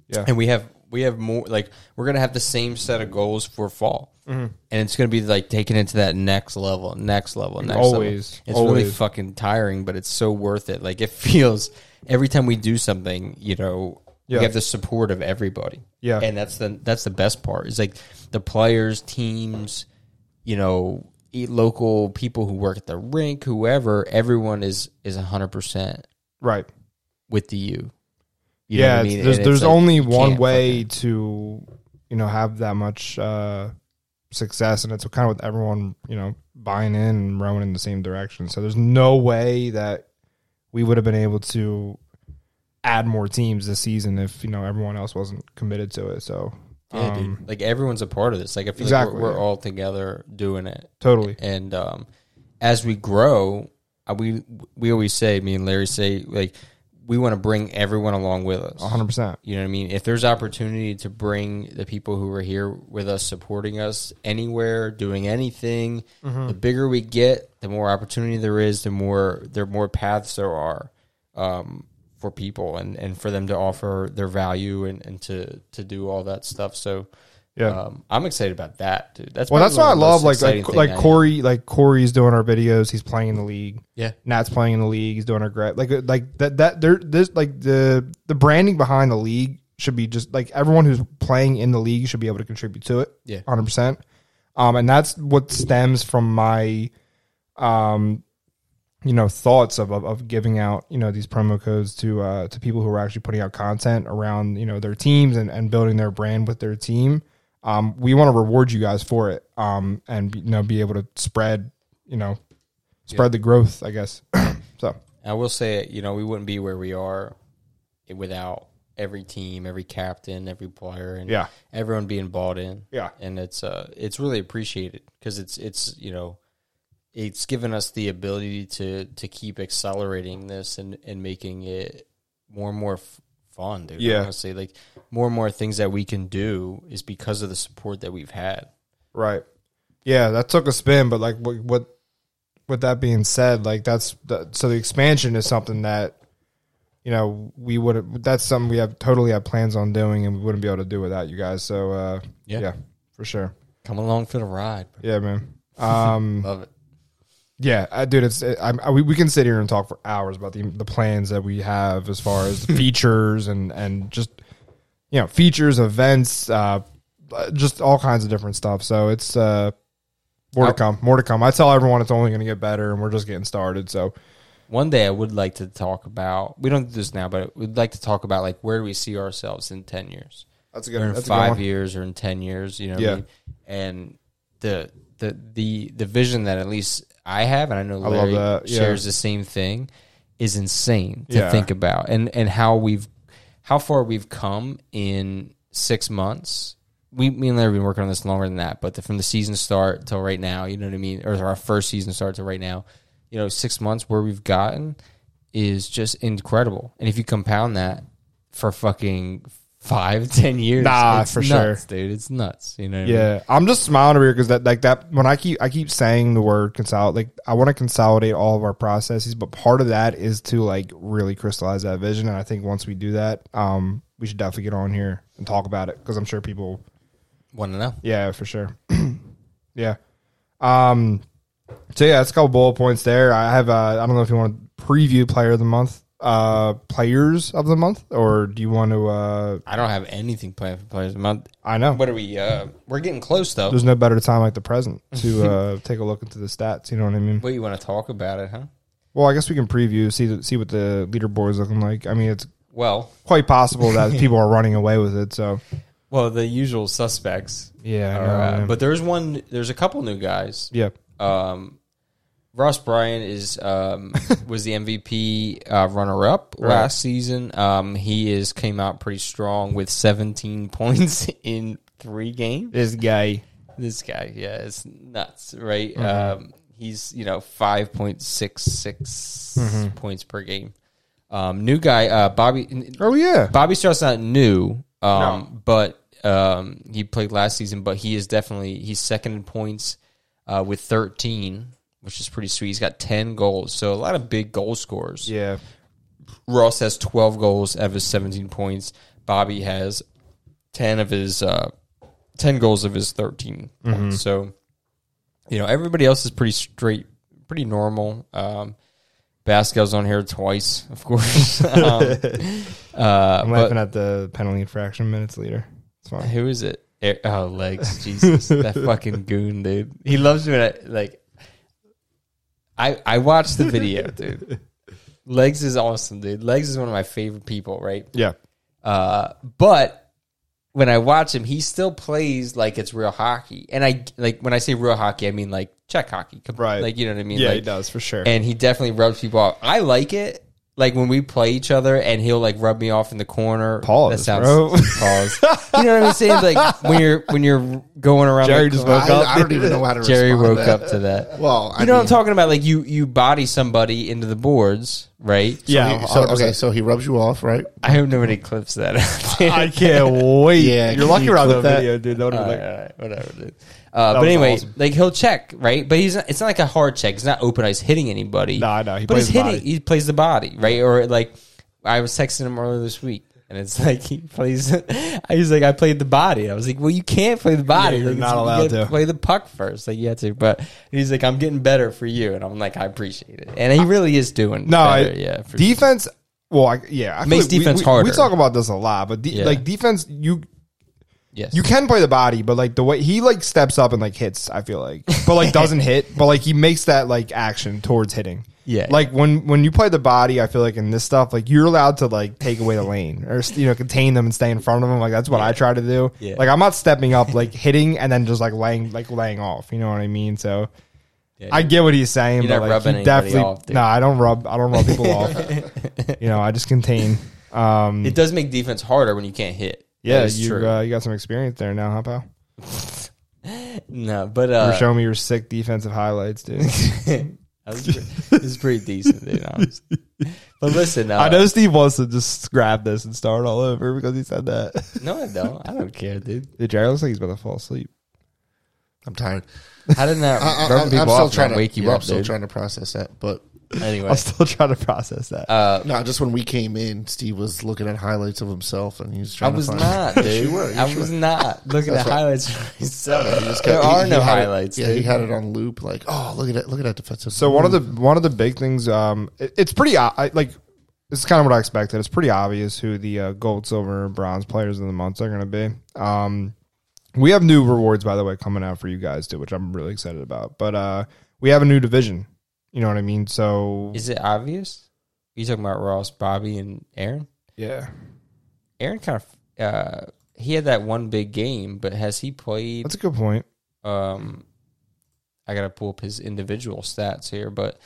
yeah, and we have we have more like we're gonna have the same set of goals for fall Mm-hmm. and it's gonna be like taken into that next level next level next Always, level. it's really always. fucking tiring but it's so worth it like it feels every time we do something you know Yeah. we have the support of everybody Yeah. and that's the that's the best part is like the players teams you know e- local people who work at the rink whoever everyone is is 100% right. with the you You know what yeah, I it's- mean? there's And it's there's like, only you one can't way to you know have that much uh, success, and it's kind of with everyone you know buying in and rowing in the same direction. So there's no way that we would have been able to add more teams this season if you know everyone else wasn't committed to it. So Yeah, um, dude. Like everyone's a part of this. Like I feel Exactly, like we're, we're yeah. all together doing it. totally. And um, as we grow, uh, we we always say, me and Larry say, like we want to bring everyone along with us. 100%. You know what I mean? If there's opportunity to bring the people who are here with us, supporting us anywhere, doing anything, Mm-hmm. the bigger we get, the more opportunity there is, the more there more paths there are um, for people and, and for them to offer their value and, and to to do all that stuff. So Yeah. um, I'm excited about that, dude. That's Well, that's what I probably one of love. the most Like, like, exciting thing like I- Corey, like Corey's doing our videos. He's playing in the league. Yeah. Nat's playing in the league. He's doing our grad. Like, uh, like that. That there. This like the the branding behind the league should be just like everyone who's playing in the league should be able to contribute to it. Yeah. hundred percent. Um, and that's what stems from my, um, you know, thoughts of, of of giving out you know these promo codes to uh to people who are actually putting out content around you know their teams and and building their brand with their team. Um, we want to reward you guys for it. Um, and you know, be able to spread you know spread the growth, I guess. so I will say, you know, we wouldn't be where we are without every team, every captain, every player, and Yeah. everyone being bought in. Yeah. and it's uh, it's really appreciated because it's it's you know, it's given us the ability to to keep accelerating this and and making it more and more f- fun, dude. Yeah. honestly, like more and more things that we can do is because of the support that we've had. right, yeah, that took a spin, but like what what with that being said, like that's the, so the expansion is something that you know we would that's something we have totally have plans on doing, and we wouldn't be able to do without you guys. So uh, Yeah. yeah. for sure, Come along for the ride, bro. yeah, man. Um, love it. yeah, I, dude, it's I, I, we, we can sit here and talk for hours about the the plans that we have as far as features and and just you know features, events, uh, just all kinds of different stuff. So it's uh, more to come, more to come. I tell everyone it's only going to get better, and we're just getting started. So One day I would like to talk about. We don't do this now, but we'd like to talk about like where do we see ourselves in ten years, that's a or good, in that's a good five one. years, or in ten years. You know, what I Yeah. mean? And the the the the vision that at least I have, and I know love Larry that, yeah. shares the same thing, is insane to Yeah. think about, and and how we've how far we've come in six months. We, me and Larry have been working on this longer than that, but the, from the season start till right now, you know what I mean, or our first season start to right now, you know, six months where we've gotten is just incredible. And if you compound that for fucking five, ten years, Nah, it's for nuts, dude, it's nuts. You know, what I mean? Yeah, I'm just smiling over here because that like that when I keep I keep saying the word consolidate, like I want to consolidate all of our processes, but part of that is to like really crystallize that vision, and I think once we do that, um, we should definitely get on here and talk about it because I'm sure people, want to know? yeah, for sure, yeah, um, so yeah, that's a couple bullet points there. I have uh, I don't know if you want to preview player of the month, uh, players of the month, or do you want to? uh I don't have anything planned for Players of the Month. I know What are we? Uh, we're getting close though. there's no better time like the present to uh, take a look into the stats. You know what I mean? What you want to talk about it, huh? Well, I guess we can preview, see see what the leaderboard is looking like. I mean, it's Well, quite possible that people are running away with it. So Well, the usual suspects. Yeah, I are, know, uh, man. but there's one. There's a couple new guys. yeah, Um, Ross Bryan is um, was the MVP uh, runner up Right. last season. Um, he is came out pretty strong with 17 points in three games. this guy. This guy, yeah, it's nuts, right? Mm-hmm. Um, he's you know five Mm-hmm. points per game. Um, new guy, uh, Bobby. Oh yeah, Bobby Stroud's not new, um, but um, he played last season. But he is definitely he's second in points uh, with 13, which is pretty sweet. He's got 10 goals, so a lot of big goal scorers. yeah. Ross has 12 goals of his 17 points. Bobby has 10 of his uh, 10 goals of his 13 Mm-hmm. points. So, you know, everybody else is pretty straight, pretty normal. Um, Basco's on here twice, of course. um, uh, but- I'm laughing at the penalty infraction minutes leader. It's fine. who is it? Er- Oh, legs, Jesus, that fucking goon, dude. He loves me. I, like, I I watched the video, dude. Legs is awesome, dude. Legs is one of my favorite people, right? Yeah, Uh, but when I watch him, he still plays like it's real hockey, and I like when I say real hockey, I mean like Czech hockey, Com- Right. Like you know what I mean? yeah, like, he does for sure. and he definitely rubs people off. I like it. Like when we play each other, and he'll like rub me off in the corner. Pause, That sounds bro. pause. You know what I'm saying? Like when you're when you're going around. Jerry like, just woke I, up. I don't even know how to Jerry respond woke to that. up to that. Well, I you know what I'm mean- talking about? Like you you body somebody into the boards, right? yeah, He- so, okay, so he rubs you off, right? I hope nobody clips that. out there. I can't wait. Yeah, you're can lucky you we're on the clip that? video, dude. That would've All been right, like, all right, whatever, dude. Uh, but was anyway, awesome. like he'll check, right? But he's not, it's not like a hard check. It's not open eyes hitting anybody. No, I know. He but plays he's the hitting. body. He plays the body, right? Or like I was texting him earlier this week, and it's like he plays. I was like, I played the body. I was like, well, you can't play the body. Yeah, you're Like, not it's- allowed you gotta to. play the puck first. Like you have to. But and he's like, I'm getting better for you, and I'm like, I appreciate it. And he really is doing. No, I, better, yeah. For defense. Well, I, yeah, I feel Makes we- defense we, harder. We talk about this a lot, but de- Yeah. like defense, you yes. you can play the body, but like the way he like steps up and like hits, I feel like, but like doesn't hit, but like he makes that like action towards hitting. Yeah. like when when you play the body, I feel like in this stuff, like you're allowed to like take away the lane or you know contain them and stay in front of them. Like that's what I try to do. Yeah. Like I'm not stepping up, like hitting and then just like laying like laying off. You know what I mean? So. I get what he's saying, You're but not like, rubbing he anybody definitely off, dude. no. I don't rub. I don't rub people off. You know, I just contain. Um, it does make defense harder when you can't hit. That yeah, is you true. uh, you got some experience there now, huh, pal? no, but You're uh, showing me your sick defensive highlights, dude. that was pretty, this is pretty decent, dude. Honestly. But listen, uh, I know Steve wants to just grab this and start all over because he said that. No, I don't. I don't care, dude. Dude, Jared looks like he's about to fall asleep. I'm tired. How did that I, rub am people still off trying and to wake you yeah, up, I'm still dude? trying to process that, but Anyway, I'll still try to process that. uh, no, just when we came in, Steve was looking at highlights of himself, and he was I trying. was to find not, dude. you were. You I sure was were. not looking at That's right. highlights for He myself. just There kept- he- are he no had it- highlights. Yeah, dude. he had it on loop. Like, oh, look at that! Look at that defensive. So one of the one of the big things, um, it- it's pretty o- I, like this is kind of what I expected. It's pretty obvious who the uh, gold, silver, and bronze players of the month are going to be. Um, we have new rewards, by the way, coming out for you guys too, which I'm really excited about. But uh, we have a new division. You know what I mean? So Is it obvious? You talking about Ross, Bobby, and Aaron? yeah, Aaron kind of uh, he had that one big game, but has he played? that's a good point. um I gotta pull up his individual stats here, but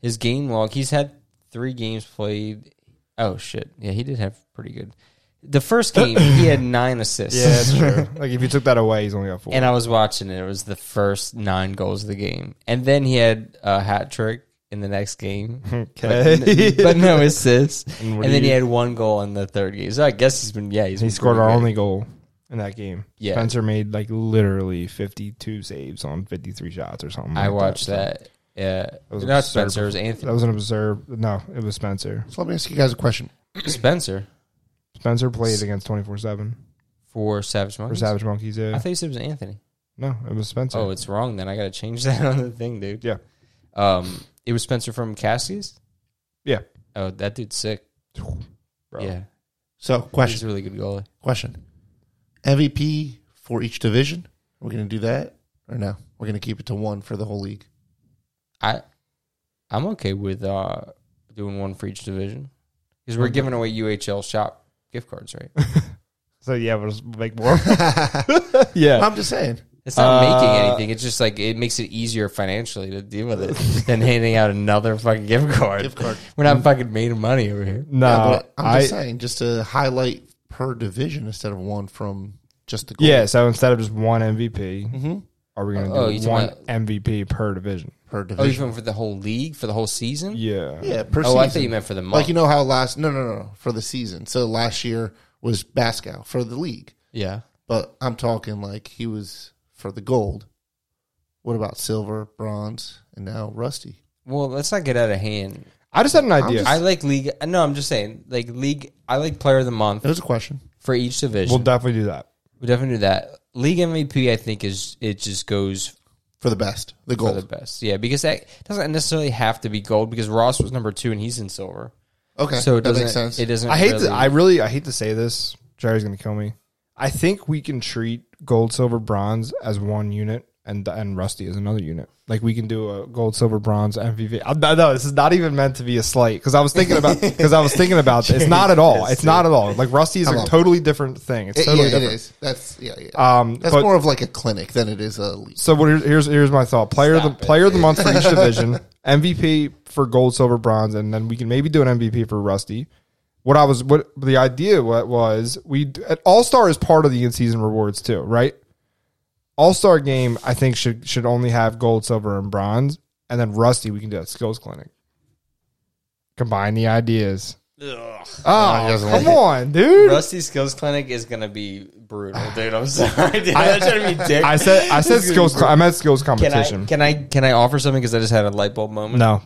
his game log, he's had three games played. Oh shit. Yeah, he did have pretty good. The first game he had nine assists. Yeah, that's true. like if you took that away, he's only got four. And I was watching it. It was the first nine goals of the game. And then he had a hat trick in the next game. But, Okay. n- but no assists. And And, what do then he you- had one goal in the third game. So I guess he's been yeah, he's he been scored pretty our good. only goal in that game. Yeah. Spencer made like literally 52 saves on 53 shots or something. I like watched so that. Yeah. was Not absurd. Spencer, it was Anthony That was an observed. No, it was Spencer. So let me ask you guys a question. Spencer. Spencer played against 24 7 for Savage for Monkeys? Savage Monkeys. I Yeah. thought you said it was Anthony. No, it was Spencer. Oh, it's wrong then. I got to change that on the thing, dude. Yeah. Um, it was Spencer from Cassie's? Yeah. Oh, that dude's sick. Bro. Yeah. So He's question, a really good goalie. question. MVP for each division. Are we going to do that or no? We're going to keep it to one for the whole league. I, I'm okay with uh, doing one for each division because we're giving away UHL shop gift cards, right? So yeah, we'll just make more. yeah. I'm just saying. It's not making Uh, anything. It's just like it makes it easier financially to deal with it than handing out another fucking gift card. Gift card. We're not fucking made of money over here. No, Yeah, but I'm Uh, I just saying, just to highlight per division instead of one from just the gold. yeah. So instead of just one MVP, are we gonna Oh, you do talking one about- MVP per division? per Oh, you division. mean for the whole league for the whole season? Yeah. yeah, per oh, season. I thought you meant for the month. like you know how last no no no no, for the season. So last year was Bascal for the league, yeah. but I'm talking like he was for the gold. What about silver, bronze, and now rusty? Well, let's not get out of hand. I just had an idea. I like league. No, I'm just saying, like league. I like player of the month That was a question. for each division. we'll definitely do that. we definitely do that. League MVP, I think, is it just goes For the best, the for the gold. best. Yeah, because that doesn't necessarily have to be gold. Because Ross was number two and he's in silver, okay, so it that doesn't. makes sense. It doesn't. I hate. really, To, I really. I hate to say this. Jerry's gonna kill me. I think we can treat gold, silver, bronze as one unit, and and rusty as another unit. Like we can do a gold, silver, bronze MVP. I, no, no, this is not even meant to be a slight because I was thinking about because I was thinking about this. It's not at all. It's not at all. Like rusty is a on. totally different thing. It's It- totally yeah, different. it is. That's yeah, yeah. Um, That's but- more of like a clinic than it is a league. So what here's here's, here's my thought. Player of the player of the month for each division, MVP for gold, silver, bronze, and then we can maybe do an MVP for Rusty. What I was what the idea what was we All Star is part of the in season rewards too, right? All Star game I think should should only have gold, silver, and bronze, and then Rusty we can do a skills clinic. Combine the ideas. Oh, come on, dude! Rusty Skills Clinic is gonna be brutal, dude. I'm sorry, dude. I, am trying to be dick. I said I said skills. cl- I meant skills can I competition. can I can I offer something? Because I just had a light bulb moment. no,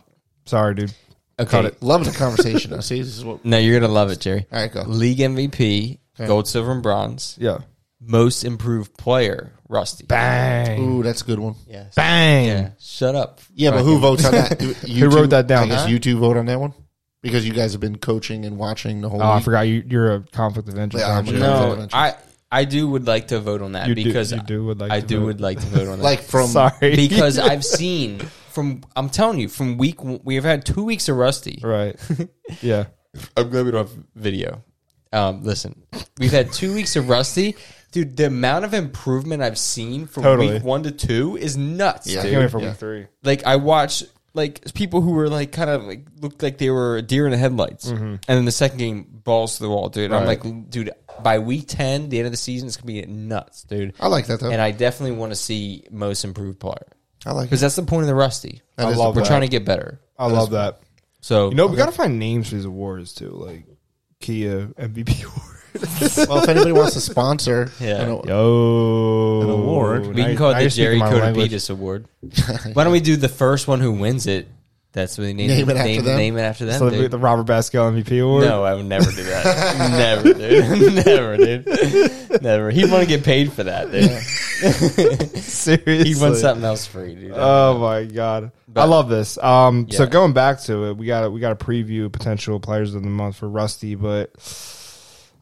sorry, dude. okay. cut it. Loving the conversation. though. See, this is what. No, you're gonna love it, Jerry. All right, go. League MVP, gold, silver, and bronze. Yeah, Most improved player, Rusty. bang. Ooh, that's a good one. Yes. Bang. Yeah. Shut up. Yeah, but who votes on that? You Who wrote that down? I guess Huh? you two vote on that one because you guys have been coaching and watching the whole. Oh, I Mm-hmm. week. forgot you. You're a conflict of interest. Yeah, I'm aren't you? a conflict. No, I I do would like to vote on that You do- because you do would like I to do vote. would like to vote on that. like from Sorry. because I've seen from I'm telling you from week one- we have had two weeks of Rusty. right. Yeah. I'm glad we don't have video. Um, listen, we've had two weeks of Rusty. Dude, the amount of improvement I've seen from Totally. week one to two is nuts, Yeah. dude. Can't wait for yeah. week three. like I watched like people who were like kind of like looked like they were a deer in the headlights, Mm-hmm. and then the second game balls to the wall, dude. I'm like, dude, by week ten, the end of the season, it's gonna be nuts, dude. I Uh-huh. like that though. And I definitely want to see most improved player I like because it. that's the point of the rusty. That I is love We're that. trying to get better, I love that. so You know, we got to find names for these awards too, like Kia MVP award. well, if anybody wants to sponsor, Yeah. I don't- Yo, An award. we can Now- call now it the you're speaking Jerry my language. Cotapetus Award. Why don't we do the first one who wins it? That's what they name, Name it. it after name, them? name it after them. So dude. the, the Robert Bascal MVP award. No, I would never do that. never, dude. never, dude. Never. He'd want to get paid for that, dude. seriously. He'd want something else free, dude. Oh my god, I But- love this. Um, so Yeah. going back to it, we got to we got to preview potential players of the month for Rusty, but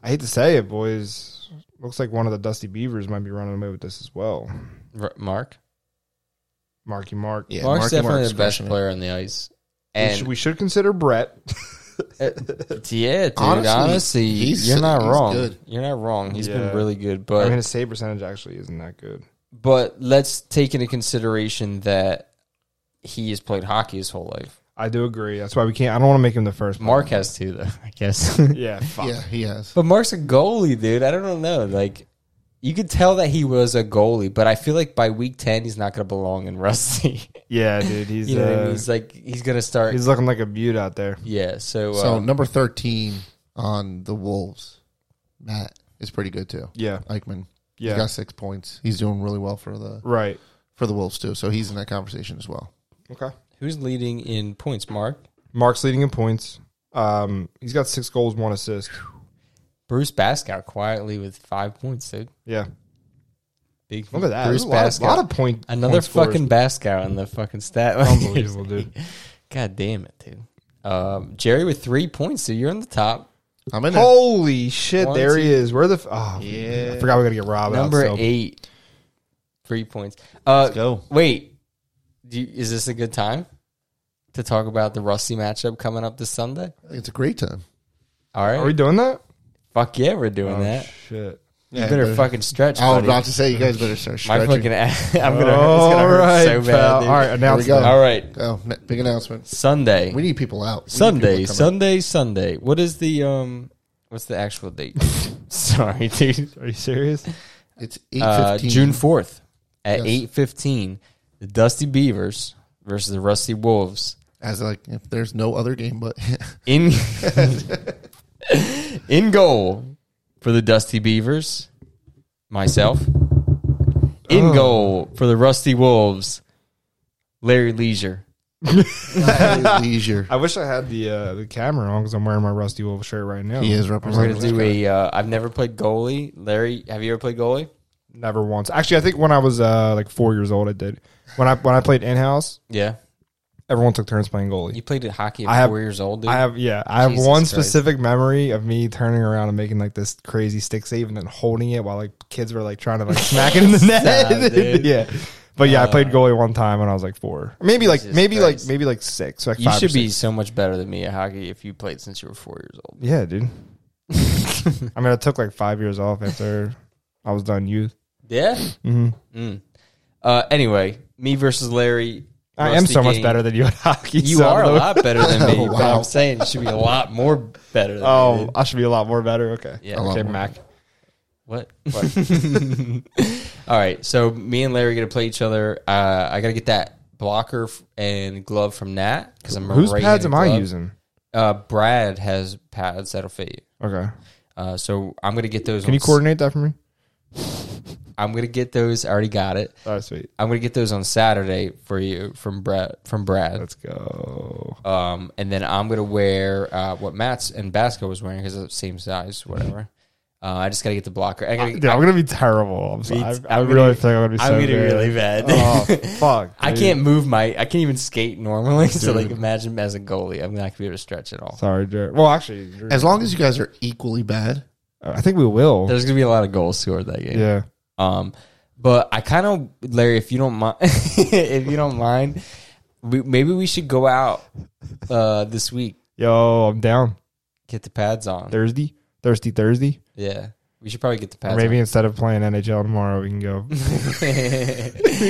I hate to say it, boys. Looks like one of the Dusty Beavers might be running away with this as well. R- Mark? Marky Mark. Yeah, Mark's Marky definitely Mark's the best crushing it. player on the ice. we, should, And uh, we should consider Brett. yeah, dude, honestly, Honestly, he's- you're not he's wrong. good. You're not wrong. He's Yeah. been really good, I but mean, his save percentage actually isn't that good. but let's take into consideration that he has played hockey his whole life. I do agree. That's why we can't. I don't want to make him the first. Mark has too, though, I guess. Yeah. Fuck. Yeah, he has. But Mark's a goalie, dude. I don't know. Like, you could tell that he was a goalie, but I feel like by week 10, he's not going to belong in Rusty. Yeah, dude. He's you know what I uh, mean? He's like, he's going to start. he's looking like a butte out there. yeah, so. Uh, So number thirteen on the Wolves, Matt is pretty good too. Yeah. Eichmann, Yeah. he's got six points. He's doing really well for the Right. for the Wolves too. So he's in that conversation as well. Okay. who's leading in points, Mark? Mark's leading in points. Um, he's got six goals, one assist. Bruce Baskow quietly with five points, dude. Yeah. Big Look at that. Bruce There's a lot, of, Baskow. lot of point. Another point scorers. fucking Baskow in the fucking stat. line. unbelievable, dude. God damn it, dude. Um, Jerry with three points, dude. You're on the top. I'm in there. Holy shit! One, there two. he is. Where the? F- oh, yeah. I forgot we got to get Rob Number out. Oh, so- eight. Three points. Uh, go. Wait, do you, is this a good time to talk about the Rusty matchup coming up this Sunday? It's a great time. All right. Are we doing that? Oh, Fuck yeah, we're doing that. shit. you better but- fucking stretch. I was buddy. about to say you guys better start My stretching. fucking ass. I'm gonna. All it's gonna hurt right, so bad. pal. dude. All right, announce go. that. All right. oh, n- big announcement. Sunday. We need people out. We need Sunday. people coming. Sunday. Sunday. What is the um? What's the actual date? Sorry, dude. Are you serious? It's eight Uh, fifteen. June fourth at Yes. eight fifteen. The Dusty Beavers versus the Rusty Wolves As like, if there's no other game, but in in goal for the Dusty Beavers. Myself in Oh. goal for the Rusty Wolves. Larry Leisure. leisure. I wish I had the uh, the camera on because I'm wearing my Rusty Wolf shirt right now. He is We're gonna representing. do a. Uh, I've never played goalie. Larry, have you ever played goalie? Never once. Actually, I think when I was uh, like four years old, I did. When I when I played in house, Yeah, everyone took turns playing goalie. you played at hockey at I have- four years old. Dude. I have yeah, I have Jesus one Christ. specific memory of me turning around and making like this crazy stick save and then holding it while like kids were like trying to like smack it in the Sad, dude. net. yeah. But yeah, I played Uh, goalie one time when I was like four, maybe like Jesus maybe Christ. like maybe like six. Like You five or should be six. so much better than me at hockey if you played since you were four years old. Yeah, dude. I mean, I took like five years off after I was done youth. Yeah. hmm Mm. Uh, anyway, me versus Larry. I am Rusty so much game. better than you at hockey. You so I are a don't know. lot better than me. But Wow. I'm saying you should be a lot more better. Than me, Oh, dude. I should be a lot more better. Okay. yeah. lot Okay, more. Mac. What? All right. So me and Larry gonna play each other. Uh, I gotta get that blocker f- and glove from Nat because I'm. a Whose right-handed pads am I glove. using? Uh, Brad has pads that'll fit you. Okay. Uh, so I'm gonna get those. Can on you coordinate that for me? I'm gonna get those. I already got it. All right, sweet. I'm gonna get those on Saturday for you from Brad. From Brad. Let's go. Um, and then I'm gonna wear uh, what Matt's and Basco was wearing because it's the same size, whatever. Uh, I just gotta get the blocker. I gotta, Dude, I'm gonna be terrible. I'm sorry. Me too. I, I I'm gonna really be- think I'm gonna be Ah, I'm so gonna be bad. really bad. Oh fuck! I dude. can't move my. I can't even skate normally. So like, Dude. imagine as a goalie, I'm not gonna be able to stretch at all. Sorry, Jared. Well, actually, Drew- As long as you guys are equally bad, I think we will. There's gonna be a lot of goals scored that game. yeah. Um, but I kind of Larry, if you don't mind, if you don't mind, we, maybe we should go out uh, this week, Yo, I'm down. get the pads on. Thursday, Thursday, Thursday. Yeah, we should probably get the Or pads. maybe instead of playing NHL tomorrow, we can go. on. we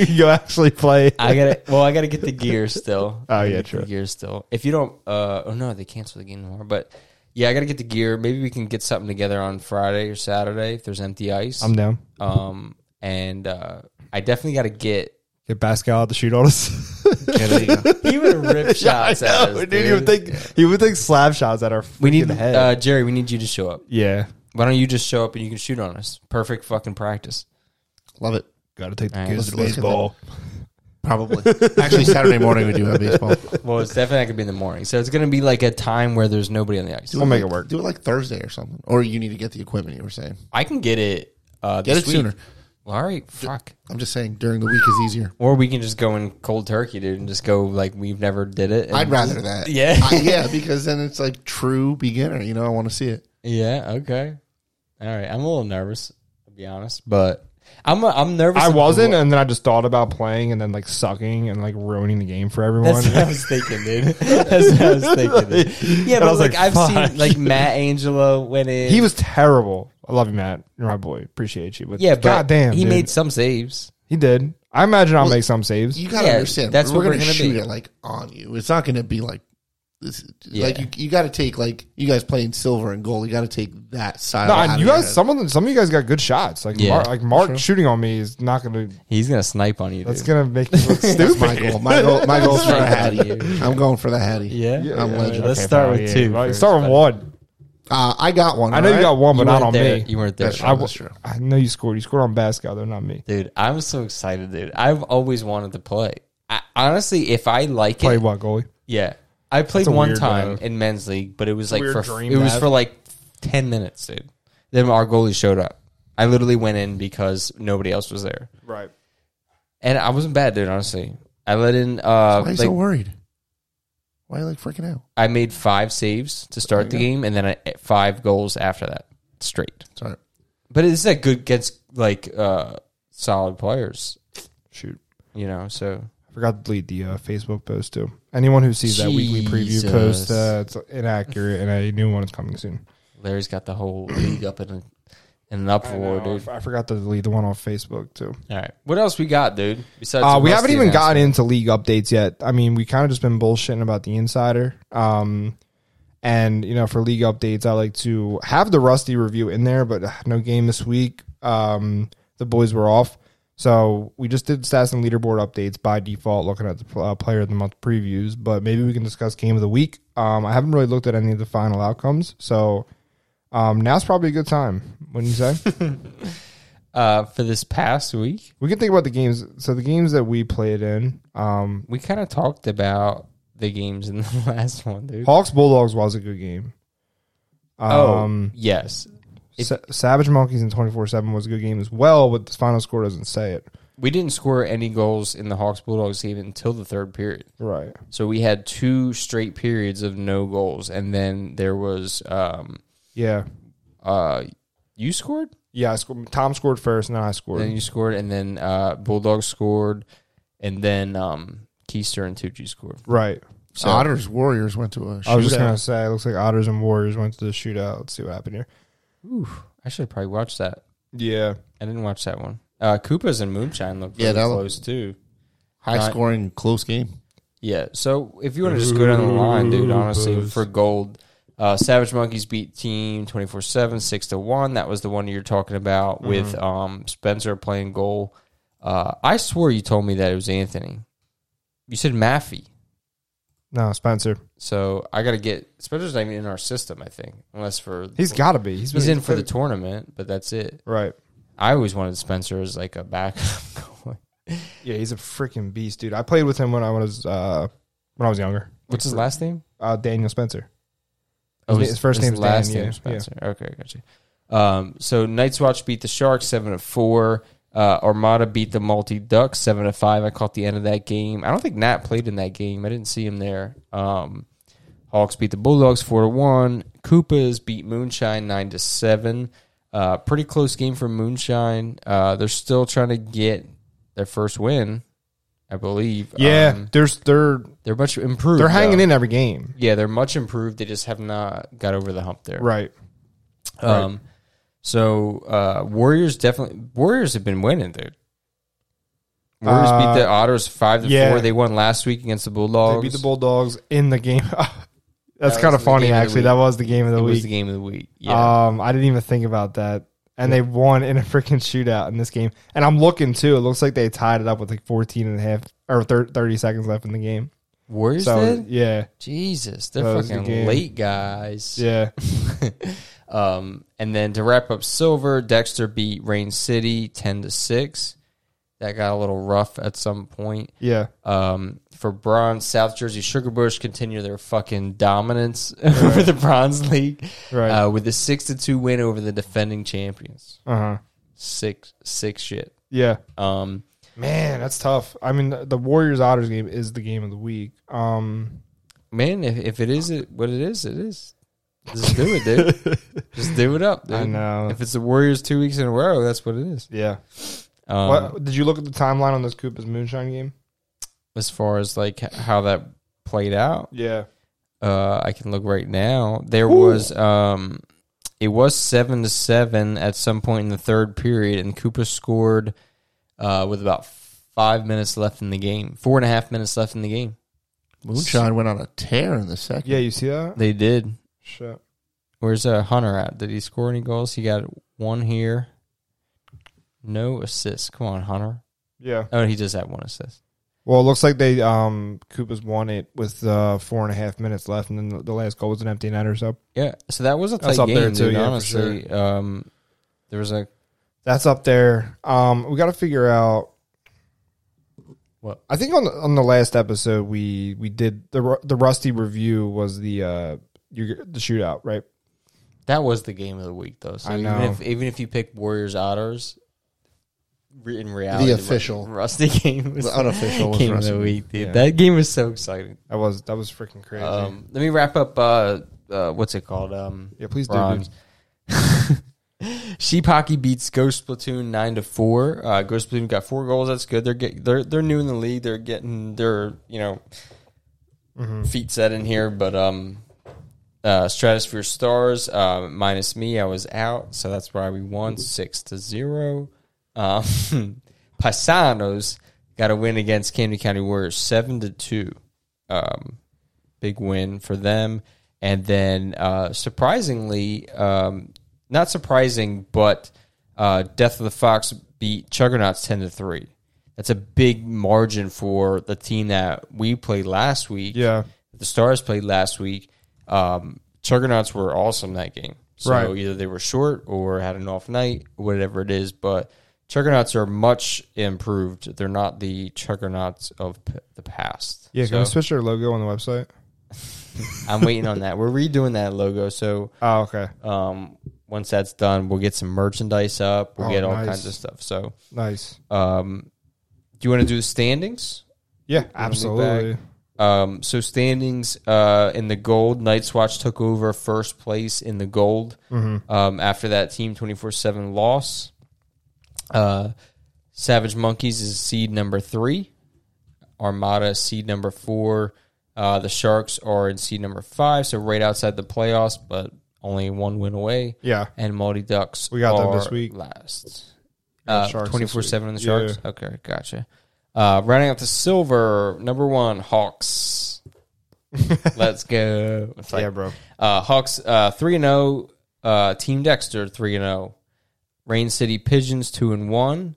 can go actually play. I gotta. Well, I gotta get the gear still. Oh, I gotta yeah, get the true. gear still. If you don't, uh, oh no, they cancel the game tomorrow. But yeah, I gotta get the gear. Maybe we can get something together on Friday or Saturday if there's empty ice. I'm down. um, and uh, I definitely gotta get. Get Pascal out to shoot on us. he would rip shots at us, dude, He would dude. think he would think slap shots at our We need freaking head. uh, Jerry. We need you to show up. yeah, Why don't you just show up and you can shoot on us? Perfect fucking practice. love it. gotta take the Alright, kids let's- to let's get baseball. Probably. Actually, Saturday morning we do have baseball. Well, it's definitely not gonna be in the morning, so it's gonna be like a time where there's nobody on the ice. We'll make it work. Do it like Thursday or something. Or you need to get the equipment you were saying. I can get it. Uh, Get this it week. sooner. Well, all right, fuck. I'm just saying during the week is easier. Or we can just go in cold turkey, dude, and just go like we've never did it. and- I'd rather that. Yeah. I- yeah, because then it's like true beginner. You know, I want to see it. Yeah. Okay. All right. I'm a little nervous, to be honest, but I'm I'm nervous. I wasn't, and then I just thought about playing, and then like sucking and like ruining the game for everyone. That's what I was thinking, dude. That's what I was thinking. Dude. Yeah, And but I was like, like, I've fuck. seen like Matt Angelo went in. He was terrible. I love you, Matt. You're my boy. Appreciate you. But yeah, yeah, but goddamn, he dude. made some saves. He did. I imagine I'll Well, make some saves. You gotta Yeah, understand. that's we're what gonna we're gonna shoot be. it like on you. It's not gonna be like this. Yeah. Like you, you gotta take like you guys playing silver and gold. You gotta take that side. No, out I- of you your guys. head. Some of them, some of you guys got good shots. Like Yeah. Mark, like Mark shooting on me is not gonna. He's gonna snipe on you. That's Dude. gonna make me look That's stupid. my goal. My goal. My goal's for a hattie. Yeah. I'm going for the hattie. Yeah. Yeah, I'm yeah, legend. Let's start fine, with yeah, two right. first, Start but- with one. Uh, I got one. I know all you right? got one, but You not weren't on there. me. You weren't there, That's I, w- That's true. I know you scored. You scored on Basco, though, not me. dude. I'm so excited, dude. I've always wanted to play. I, honestly, if I like Play it, what goalie? Yeah, I played a one weird, time uh, in men's league, but it was like weird for dream it was that. for like ten minutes, dude. Then our goalie showed up. I literally went in because nobody else was there, Right. and I wasn't bad, dude. Honestly, I let in. Why Uh, are you like, so worried? Why are you like freaking out? I made five saves to start the game, and then I, five goals after that straight. Sorry. But it's a good against like uh, solid players, Shoot. you know. So I forgot to delete the uh, Facebook post too. Anyone who sees that weekly preview post, Jesus. uh, it's inaccurate, and a new one is coming soon. Larry's got the whole league up in a, and an I, up know, war, dude. I forgot to delete the one on Facebook too. All right. What else we got, dude? Besides, Uh, the we haven't Rusty even gotten announcement? into league updates yet. I mean, we kind of just been bullshitting about the insider. Um, and you know, for league updates, I like to have the rusty review in there, but uh, no game this week. Um, the boys were off, so we just did stats and leaderboard updates by default, looking at the uh, player of the month previews. But maybe we can discuss game of the week. Um, I haven't really looked at any of the final outcomes, so um, now's probably a good time, wouldn't you say? uh, for this past week. we can think about the games. So the games that we played in, um, We kind of talked about the games in the last one, dude. Oh, Hawks Bulldogs was a good game. Um, oh, yes. it- Sa- Savage Monkeys and 24 7 was a good game as well, but the final score doesn't say it. We didn't score any goals in the Hawks Bulldogs game until the third period. Right. So we had two straight periods of no goals, and then there was um Yeah. uh you scored, Yeah. I scored, Tom scored first, and then I then scored. you scored, and then uh Bulldogs scored, and then um Keister and Tucci scored. Right. So Otters Warriors went to a shootout. I was just going to say, it looks like Otters and Warriors went to the shootout. Let's see what happened here. I should probably watch that. Yeah. I didn't watch that one. Uh Koopas and Moonshine looked Yeah, yeah, that looked- close too. high Not- scoring close game. Yeah. So if you want to just go down the line, dude, honestly, for gold, uh, Savage Monkeys beat Team 24 7, 6 to 1. That was the one you're talking about Mm-hmm. with um, Spencer playing goal. Uh, I swore you told me that it was Anthony. You said Maffey. No, Spencer. So I got to get. Spencer's not even in our system, I think, unless for. He's got to be. He's, been He's in for the tournament, but that's it. Right. I always wanted Spencer as like a backup. goalie. Yeah. He's a freaking beast, dude. I played with him when I was, uh, when I was younger. What's his last name? Uh, Daniel Spencer. his first name's last Dan, name yeah, Spencer. Okay, gotcha. Um, so Night's Watch beat the Sharks seven to four. Uh, Armada beat the Multi Ducks seven to five. I caught the end of that game. I don't think Nat played in that game. I didn't see him there. Um, Hawks beat the Bulldogs four to one. Koopas beat Moonshine nine to seven. Uh, pretty close game for Moonshine. Uh, they're still trying to get their first win, I believe. Yeah. Um, there's, they're, they're much improved. they're hanging though. in every game. Yeah, they're much improved. They just have not got over the hump there. Right. Um, So uh, Warriors definitely Warriors have been winning, dude. Warriors Uh, beat the Otters five to yeah. four. They won last week against the Bulldogs. They beat the Bulldogs in the game. That's That kind was of the funny, game of the actually. week. That was the game of the It was week. the game of the week. Yeah, Um, I didn't even think about that. And they won in a freaking shootout in this game. And I'm looking too. It looks like they tied it up with like 14 and a half or thir- 30 seconds left in the game. Warriors so did. yeah, Jesus, they're That was the fucking game. late guys. yeah, um, and then to wrap up silver, Dexter beat Rain City ten to six. That got a little rough at some point. yeah. Um, for bronze, South Jersey Sugarbush continue their fucking dominance over the Bronze League Right. uh, with a six to two win over the defending champions. Uh huh. Six six shit. Yeah. Um, Man, that's tough. I mean, the Warriors Otters game is the game of the week. Um, man, if, if it is it what it is, it is. Just do it, dude. Just do it up, dude. I know. If it's the Warriors two weeks in a row, that's what it is. yeah. Um, what did you look at the timeline on this Koopa's Moonshine game? As far as like h- how that played out, Yeah. uh, I can look right now. There was um, it was seven to seven at some point in the third period, and Cooper scored uh, with about five minutes left in the game, four and a half minutes left in the game. Moonshine went on a tear in the second. Yeah. You see that? They did. Shit. Where's uh, Hunter at? Did he score any goals? He got one here, no assists. Come on, Hunter. Yeah. Oh, he just had one assist. Well, it looks like they um Koopa's won it with uh, four and a half minutes left, and then the- the last goal was an empty netter. So Yeah, so that was a tight That's up game, there too, dude, yeah, for honestly, um, there was a that's up there. Um, we got to figure out. What? I think on the, on the last episode we we did the ru- the rusty review was the uh you the shootout right? That was the game of the week, though. So I even know. if even if you pick Warriors Otters, re- in reality, The official. Rusty game was The unofficial was game Rusty. of the week, dude. Yeah. That game was so exciting. That was that was freaking crazy. Um, let me wrap up. Uh, uh, what's it called? Um, yeah, please do. bronze. dude. Sheep hockey beats Ghost Platoon nine to four. Uh, Ghost Platoon got four goals. That's good. They're get, they're they're new in the league. They're Mm-hmm. getting their you know feet set in here, but um, uh, Stratosphere Stars um, minus me. I was out, so that's why we won six to zero. Um, Paisanos got a win against Camden County Warriors seven to two. Um, big win for them. And then uh, surprisingly, um, not surprising, but uh, Death of the Fox beat Chuggernauts ten to three. That's a big margin for the team that we played last week Yeah. the Stars played last week. Um, Juggernauts were awesome that game. So Right. either they were short or had an off night, whatever it is. But Juggernauts are much improved. They're not the Juggernauts of p- the past. Yeah, can So we switch their logo on the website? I'm waiting on that. We're redoing that logo. So Oh, okay. um, once that's done, we'll get some merchandise up. We'll Oh, get all nice. kinds of stuff. So Nice. um, do you want to do the standings? Yeah, absolutely. Um, so standings uh, in the gold, Night's Watch took over first place in the gold. Um, after that, Team Twenty Four Seven loss. Uh, Savage Monkeys is seed number three. Armada is seed number four. Uh, the Sharks are in seed number five, so right outside the playoffs, but only one win away. Yeah. And Multi Ducks We got them are this week. Last Yeah, Sharks twenty four seven in the this week. Sharks. Okay, gotcha. Uh, rounding up to silver, number one Hawks. Let's go. It's like- yeah, bro. uh, Hawks three and zero. Team Dexter three and zero. Rain City Pigeons two and one.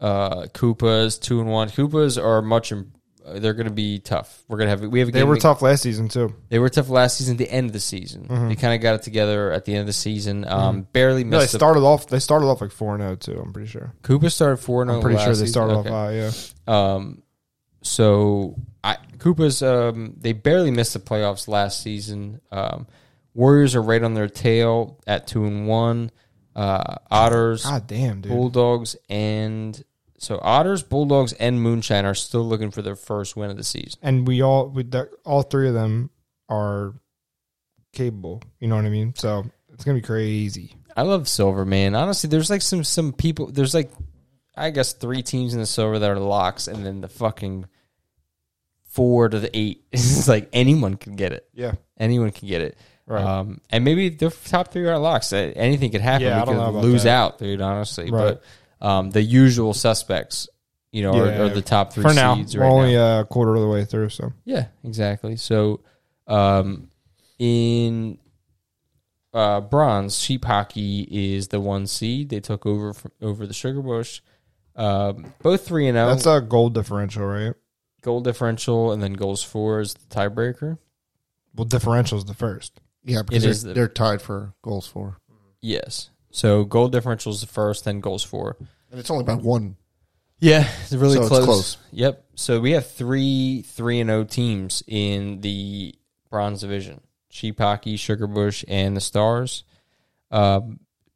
Uh, Koopas two and one. Koopas are much. Im- uh, they're going to be tough. We're going to have. We have a game. They were ag- tough last season too. They were tough last season. At the end of the season, they kind of got it together at the end of the season. Um, barely Mm-hmm. No, they missed. the started off. They started off like four and zero too. I'm pretty sure. Koopas started four and zero. I'm pretty sure last they season. started Okay. off high. Yeah. Um, so I Koopa's um they barely missed the playoffs last season. Um, Warriors are right on their tail at two and one. Uh, Otters, God damn, dude. Bulldogs, and so Otters, Bulldogs, and Moonshine are still looking for their first win of the season. And we all we that, all three of them are capable. You know what I mean? So it's gonna be crazy. I love silver, man. Honestly, there's like some some people. There's like, I guess three teams in the silver that are locks, and then the fucking four to the eight. It's like anyone can get it. Yeah. Anyone can get it. Right. Um, and maybe the top three are locks. Uh, Anything could happen. Yeah, we I don't could know about lose that. out, dude. Honestly, Right. but um, the usual suspects, you know, Yeah. are, are the top three For now, seeds we're right only now. uh a quarter of the way through. So Yeah, exactly. So, um, in uh, bronze, sheep hockey is the one seed. They took over from, over the Sugar Bush. Um, both three and zero that's a goal differential, right? goal differential, and then goals for is the tiebreaker. Well, differential's the first. Yeah, because It they're, is the- they're tied for goals for, Yes. So goal differential is the first, then goals for. and it's only by one. Yeah, it's really So it's close. close. Yep. So we have three three and O teams in the bronze division: Sheep Hockey, Sugar Bush, and the Stars. Uh,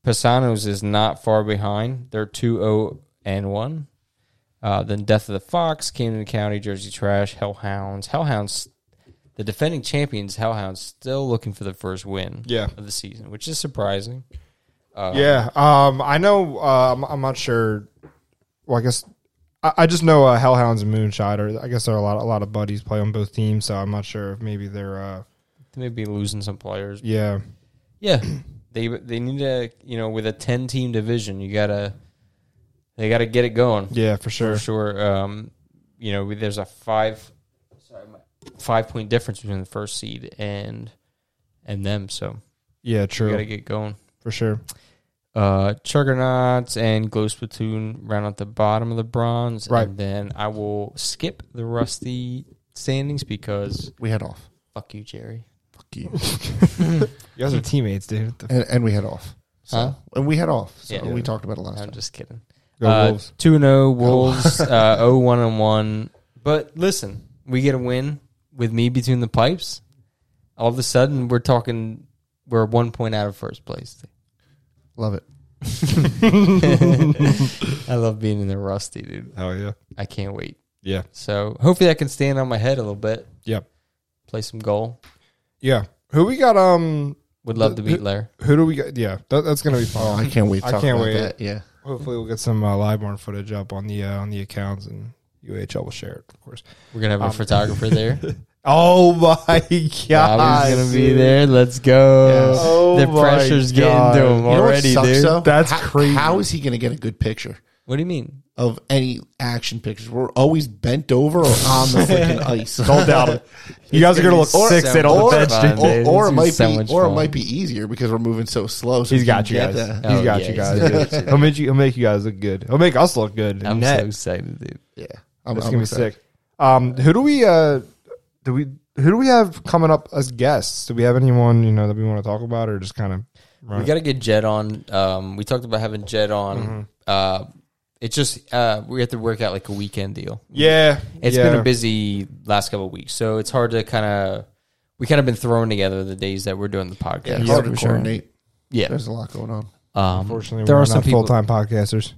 Pasanos is not far behind. They're two O and one. Uh, then Death of the Fox, Camden County, Jersey Trash, Hellhounds. Hellhounds, the defending champions, Hellhounds, still looking for the first win Yeah. of the season, which is surprising. Uh, Yeah. Um, I know. Uh, I'm, I'm not sure. Well, I guess I, I just know uh, Hellhounds and Moonshot. Or I guess there are a lot, a lot of buddies play on both teams. So I'm not sure if maybe they're. Uh, They may be losing some players, yeah. Yeah, they they need to you know with a ten team division you gotta they gotta get it going Yeah, for for sure. sure. Um, you know we- there's a five sorry my, five point difference between the first seed and and them, so Yeah, we true. gotta get going. for sure. Uh, Chuggernauts and Glow Splatoon round out the bottom of the bronze, Right. And then I will skip the Rusty standings because We head off. fuck you, Jerry. Fuck you. You guys are teammates, dude. What the f- and, and we head off. So, Huh? And we head off. So Yeah. we talked about it Oh, last I'm time. just kidding. Go Uh, Wolves. two and zero Wolves, uh, oh one and one. But listen, we get a win with me between the pipes. All of a sudden, we're talking. We're one point out of first place. Love it. I love being in the rusty, dude. Hell yeah. I can't wait. Yeah. So hopefully, I can stand on my head a little bit. Yep. Play some goal. Yeah. Who we got? Um. Would love to beat Lair. Who do we got? Yeah. That, that's gonna be Oh, fun. I can't wait. To I talk can't about wait. That. Yeah. Hopefully, we'll get some uh, live barn footage up on the uh, on the accounts, and UHL will share it, of course. We're gonna have a Um, photographer there. Oh my Bobby's god! gonna be there. Let's go. Yes. Oh the my pressure's God. getting to You him know what already, sucks, dude. though? That's How- crazy. How is he going to get a good picture What do you mean? of any action pictures? We're always bent over or on the freaking ice. Don't doubt it. You guys are gonna look Or- sick at all or- the bench. or- dude. or, or it It's might so be, much or it fun. might be easier because we're moving so slow. So He's we got can you get guys. that. Oh, He's got yeah, you he's guys. dude. He'll make you. He'll make you guys look good. He'll make us look good. I'm Net. so excited, dude. Yeah, I'm, It's I'm gonna be excited. sick. Um, who do we uh, do we who do we have coming up as guests? Do we have anyone you know that we want to talk about, or just kind of We got to get Jed on. Um, we talked about having Jed on. Mm-hmm. Uh, it's just uh, we have to work out like a weekend deal. yeah? It's It's been a busy last couple of weeks, so it's hard to kind of. We kind of been throwing together the days that we're doing the Yeah, podcast. it's Yeah, hard to for sure. coordinate. Yeah, There's a lot going on. Um, Unfortunately, there we're are not some people. full time podcasters.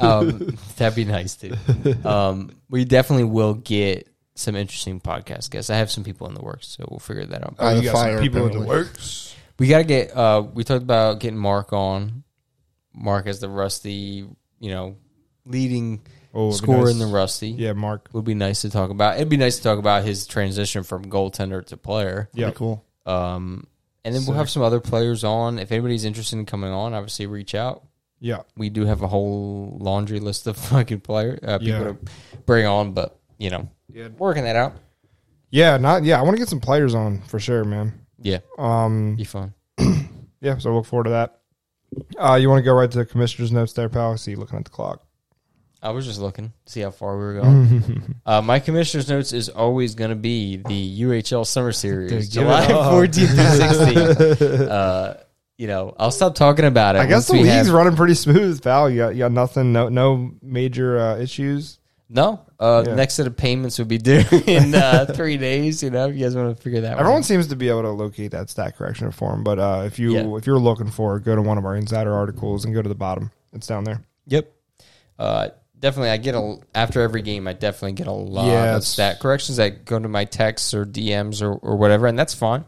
um, that'd be nice, dude. Um, we definitely will get some interesting podcast guests. I have some people in the works, so we'll figure that Oh, out. Uh, the fire, apparently. works. We got to get. Uh, we talked about getting Mark on. Mark as the rusty, you know, leading Oh, it'd be scorer nice. in the rusty. Yeah, Mark. Would be nice to talk about. It'd be nice to talk about his transition from goaltender to player. Yeah, Pretty cool. Um, and then we'll have some other players on. If anybody's interested in coming on, obviously reach out. yeah. We do have a whole laundry list of fucking player uh, people Yeah. to bring on, but you know, Yeah. working that out. Yeah, not yeah. I want to get some players on for sure, man. Yeah, Um, be fun. yeah. So I look forward to that. Uh, you want to go right to the commissioner's notes there, pal? I see you looking at the clock. I was just looking see how far we were going. Mm-hmm. uh, my commissioner's notes is always going to be the UHL Summer Series, Dude, give July it up. 14th through 16th. uh, you know, I'll stop talking about it. I once guess the we league's have- running pretty smooth, pal. You got, you got nothing, no, no major uh, issues. No, uh, Yeah. next set of payments would be due in uh, three days. You know, if you guys want to figure that Everyone one. seems to be able to locate that stat correction form, but uh, if you Yeah. if you're looking for, it, go to one of our insider articles and go to the bottom. It's down there. Yep. Uh, definitely, I get a after every game. I definitely get a lot of Yes. stat corrections that go to my texts or DMs or, or whatever, and that's fine.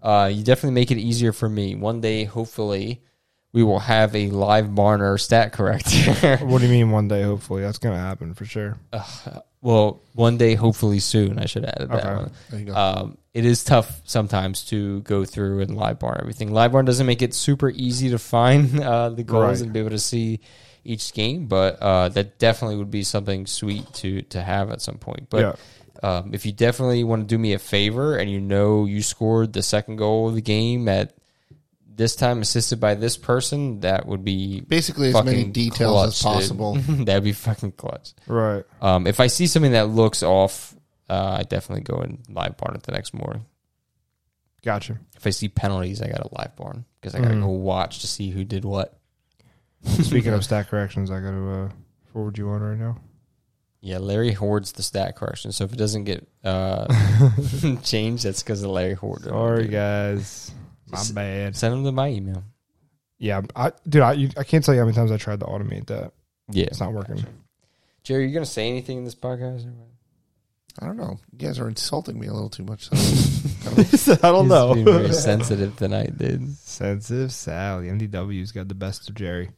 Uh, you definitely make it easier for me. One day, hopefully, we will have a live Barner stat corrector. What do you mean? One day, hopefully, that's gonna happen for sure. Uh. well, one day, hopefully soon. I should add that Okay. one. There you go. um, it is tough sometimes to go through and live bar everything. Live bar doesn't make it super easy to find uh, the goals Right. and be able to see each game, but uh, that definitely would be something sweet to to have at some point. But um, if you definitely want to do me a favor and you know you scored the second goal of the game at this time assisted by this person, that would be Basically, as many fucking details as clutch, dude. possible. That'd be fucking clutch. Right. Um, if I see something that looks off, uh, I definitely go and live barn it the next morning. Gotcha. If I see penalties, I got to live barn because I got to Mhm. go watch to see who did what. Speaking of stat corrections, I got to uh, forward you on right now. Yeah, Larry hoards the stat correction, so if it doesn't get uh, changed, that's because of Larry Hoard. Sorry, guys. My Just- bad. Send them to my email. Yeah, I dude, I you, I can't tell you how many times I tried to automate that. Yeah, It's not working. Jerry, you gonna say anything in this podcast? or I don't know. You guys are insulting me a little too much. So. I don't what? He's being very sensitive tonight, dude. Sensitive Sally. MDW's got the best of Jerry.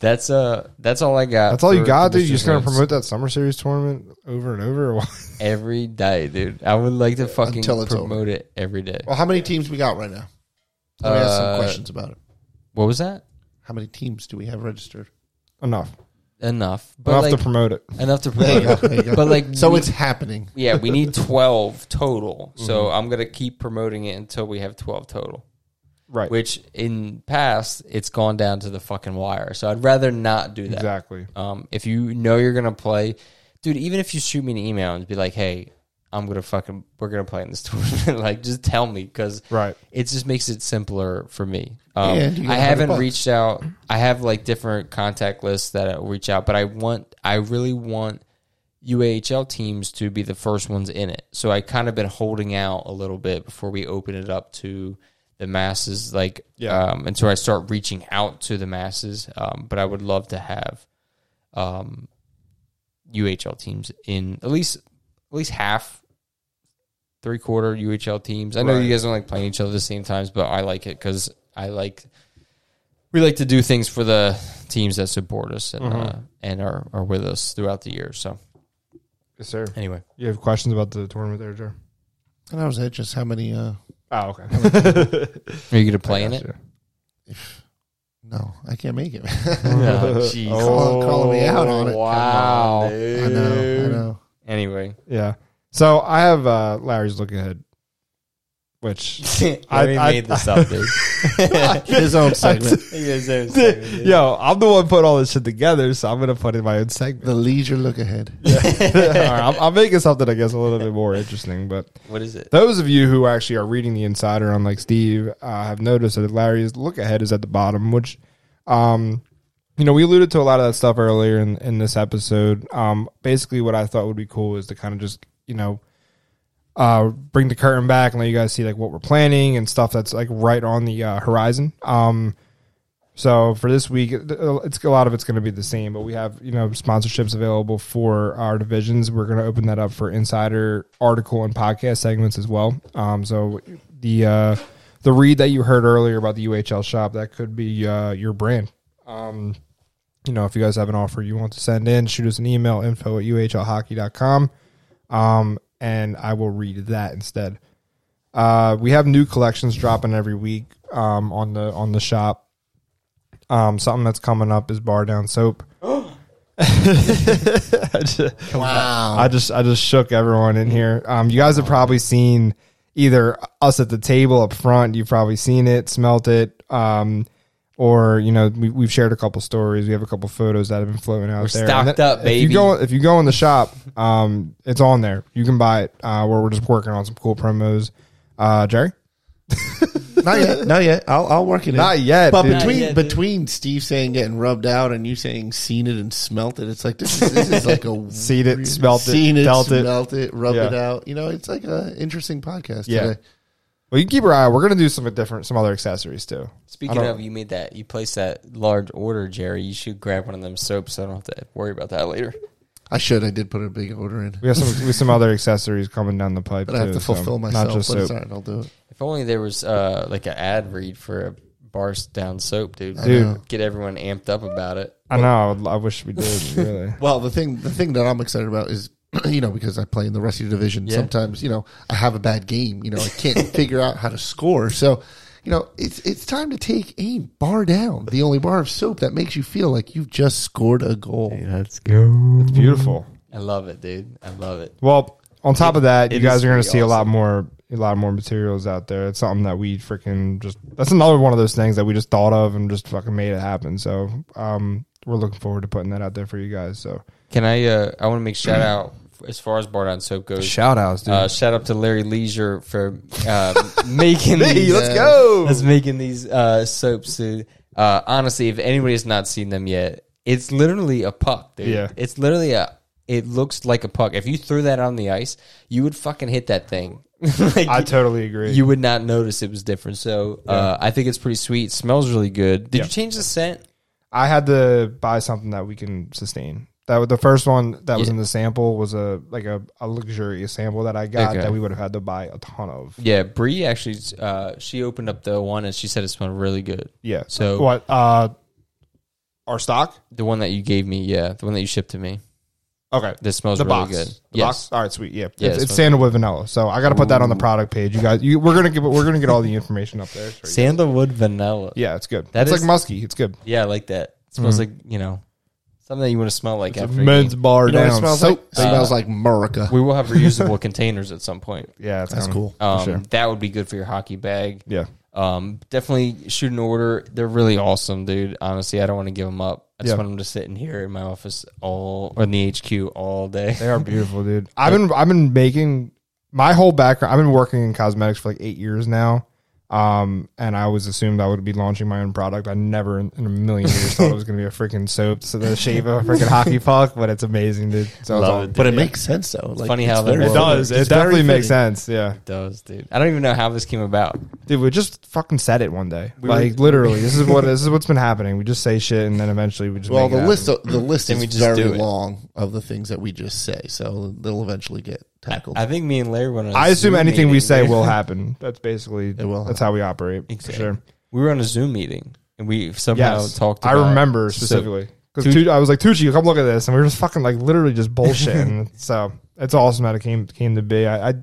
that's uh, that's all I got. That's all you for got, dude. You're Commissioner's just gonna notes. promote that summer series tournament over and over. Well, every day, dude. I would like to fucking Until it's promote it every day. Well, how many teams we got right now? Let me ask some Uh, questions about it. What was that? How many teams do we have registered? enough, Enough, but enough to like promote it. enough to There promote. you go. it. There you go. But like, so we- it's happening. yeah, we need twelve total. Mm-hmm. So I'm gonna keep promoting it until we have twelve total. Right. Which in past it's gone down to the fucking wire. So I'd rather not do that. Exactly. Um, if you know you're gonna play, dude, even if you shoot me an email and be like, "Hey, I'm gonna fucking we're gonna play in this tournament," like just tell me because Right. it just makes it simpler for me. Um, And you get I 100 haven't bucks. reached out. I have like different contact lists that I reach out, but I want I really want UAHL teams to be the first ones in it. So I kind of been holding out a little bit before we open it up to the masses, like Yeah. um, until I start reaching out to the masses. Um, but I would love to have um, UHL teams in at least at least half three quarter UHL teams. I know Right. you guys don't like playing each other at the same times, but I like it because I like we like to do things Mm-hmm. for the teams that support us and uh, and are, are with us throughout the year. So Yes, sir. Anyway, You have questions about the tournament there, Jer? And I was at just how many? Uh, Oh, okay. are you going to play in it? if, no, I can't make it. Oh, jeez. Call- calling me out on it. Come Wow. I know. I know. Anyway, Yeah. So I have uh, Larry's look ahead, which I, I- made this up, dude. His own segment. yeah. yo, I'm the one putting all this shit together, so I'm gonna put in my own segment. the leisure look ahead. All right, I'm, I'm making something I guess a little bit more interesting, but What is it? those of you who actually are reading the insider, unlike Steve, uh, have noticed that Larry's look ahead is at the bottom, which, um, you know, we alluded to a lot of that stuff earlier in, in this episode. Um, basically, what I thought would be cool is to kind of just, you know, uh, bring the curtain back and let you guys see like what we're planning and stuff that's like right on the uh, horizon. Um, so for this week, it- it's a lot of it's going to be the same, but we have you know sponsorships available for our divisions. We're going to open that up for insider article and podcast segments as well. Um, so the uh, the read that you heard earlier about the UHL shop that could be uh, your brand. Um, you know, if you guys have an offer you want to send in, shoot us an email info at uhlhockey.com. Um, and I will read that instead. Uh, we have new collections dropping every week um, on the on the shop. Um, something that's coming up is bar down soap. I ju- Wow. I just I just shook everyone in here. Um, you guys have probably seen either us at the table up front. You've probably seen it, smelt it, um, or you know we, we've shared a couple stories. We have a couple photos that have been floating out We're there. stocked And up, If baby. you go if you go in the shop, um, it's on there. You can buy it. Uh, where we're just working on some cool promos. Uh, Jerry, not yet. Not yet. I'll, I'll work it in. not yet, But dude. between yet, dude. between Steve saying getting rubbed out and you saying seen it and smelt it, it's like this is, this is like a Seen it, weird- smelt it, seen it, felt it. smelt it, rubbed Yeah. it out. You know, it's like a interesting podcast Yeah. today. well, you can keep your eye. out. We're gonna do some different, some other accessories too. Speaking I don't- of, you made that. You placed that large order, Jerry. You should grab one of them soaps. So I don't have to worry about that later. I should. I did put a big order in, We have some we have some other accessories coming down the pipe. but I have too, to so fulfill not myself. just but it's soap. all right. I'll do it. If only there was uh, like an ad read for a bars down soap, dude. Dude. know. Get everyone amped up about it. I know. I, would, I wish we did. Really. Well, the thing the thing that I'm excited about is you know because I play in the rest of the division. Yeah. Sometimes you know I have a bad game. You know I can't figure out how to score. So you know it's it's time to take aim bar down. The only bar of soap that makes you feel like you've just scored a goal. let's go. It's beautiful. I love it, dude. I love it. Well, on top of that, you it guys is are going to pretty see a lot more, a lot more materials out there. It's something that we freaking just. That's another one of those things that we just thought of and just fucking made it happen. So, um, we're looking forward to putting that out there for you guys. So, Can I? Uh, I want to make shout out as far as bar down soap goes. shout outs, dude. Uh, shout out to Larry Leisure for uh, making hey, these. let's uh, go. That's making these uh, soaps. Dude. Uh, honestly, if anybody's not seen them yet, it's literally a puck, dude. Yeah. It's literally a. It looks like a puck. If you threw that on the ice, you would fucking hit that thing. like, I totally agree. you would not notice it was different. So uh, I think it's pretty sweet. Smells really good. Did Yeah. you change the scent? I had to buy something that we can sustain. That was the first one that was Yeah. in the sample was a like a, a luxurious sample that I got Okay. that we would have had to buy a ton of. Yeah, Bree actually. Uh, she opened up the one and she said it smelled really good. Yeah. So- what? Uh, our stock. The one that you gave me, yeah, the one that you shipped to me. Okay. This smells the really box. good. The box. All right, sweet. Yeah, Yeah, it's, it's it's fine. sandalwood vanilla. So I got to put that on the product page. You guys, you, we're gonna get we're gonna get all the information up there. Sorry. Sandalwood vanilla. Yeah. Yeah, it's good. That it's is- like musky. It's good. I like that. It smells Mm-hmm. like, you know, something that you want to smell like after a game. bar You know what it smells soap. like? It smells like Murica. We will have reusable containers at some point. Yeah, it's That's kinda- cool. Um, sure. That would be good for your hockey bag. Yeah, Um, definitely shoot an order. They're really awesome, dude. Honestly, I don't want to give them up. I just Yeah. want them to sit in here in my office all or in the HQ all day. they are beautiful, dude. I've been I've been making my whole background. I've been working in cosmetics for like eight years now. Um, and I always assumed I would be launching my own product. I never in, in a million years thought it was gonna be a freaking soap, so the shape of a freaking hockey puck. But it's amazing, dude. So it's all- Love it. But it makes sense though. Like, funny how very that It does. fitting. It It's very definitely makes fitting. sense. Yeah. It does, dude. I don't even know how this came about. Dude, we just fucking said it one day. We like literally, this is what this is what's been happening. We just say shit, and then eventually we just Well, make it the happen. list of, the list Then is we just very do it. long of the things that we just say, so they'll eventually get tackled. I think me and Larry went on a I assume Zoom anything we meeting, say dude. will happen. That's basically It will that's how we operate. Exactly. For sure. We were on a Zoom meeting and we somehow Yes. talked I about remember soap. specifically because Tu- I was like Tucci, come look at this, and we were just fucking like literally just bullshitting. so it's awesome how it came came to be. I I,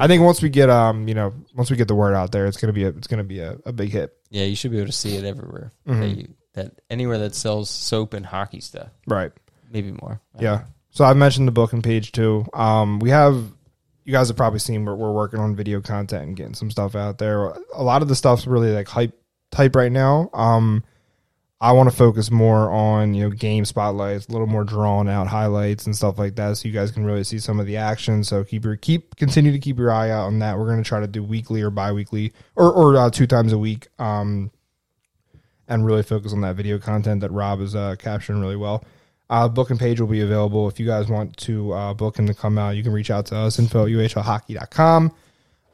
I think once we get um you know once we get the word out there, it's gonna be a, it's gonna be a, a big hit. Yeah, you should be able to see it everywhere. Mhm. That, you, that anywhere that sells soap and hockey stuff, Right. maybe more. Yeah. So I mentioned the book and page too. Um, we have, you guys have probably seen we're, we're working on video content and getting some stuff out there. A lot of the stuff's really like hype type right now. Um, I want to focus more on you know game spotlights, a little more drawn out highlights and stuff like that, so you guys can really see some of the action. So keep your keep continue to keep your eye out on that. We're gonna try to do weekly or biweekly or or uh, two times a week. Um, and really focus on that video content that Rob is uh, capturing really well. Uh, book and page will be available. If you guys want to uh, book him to come out, you can reach out to us, info at uhlhockey.com.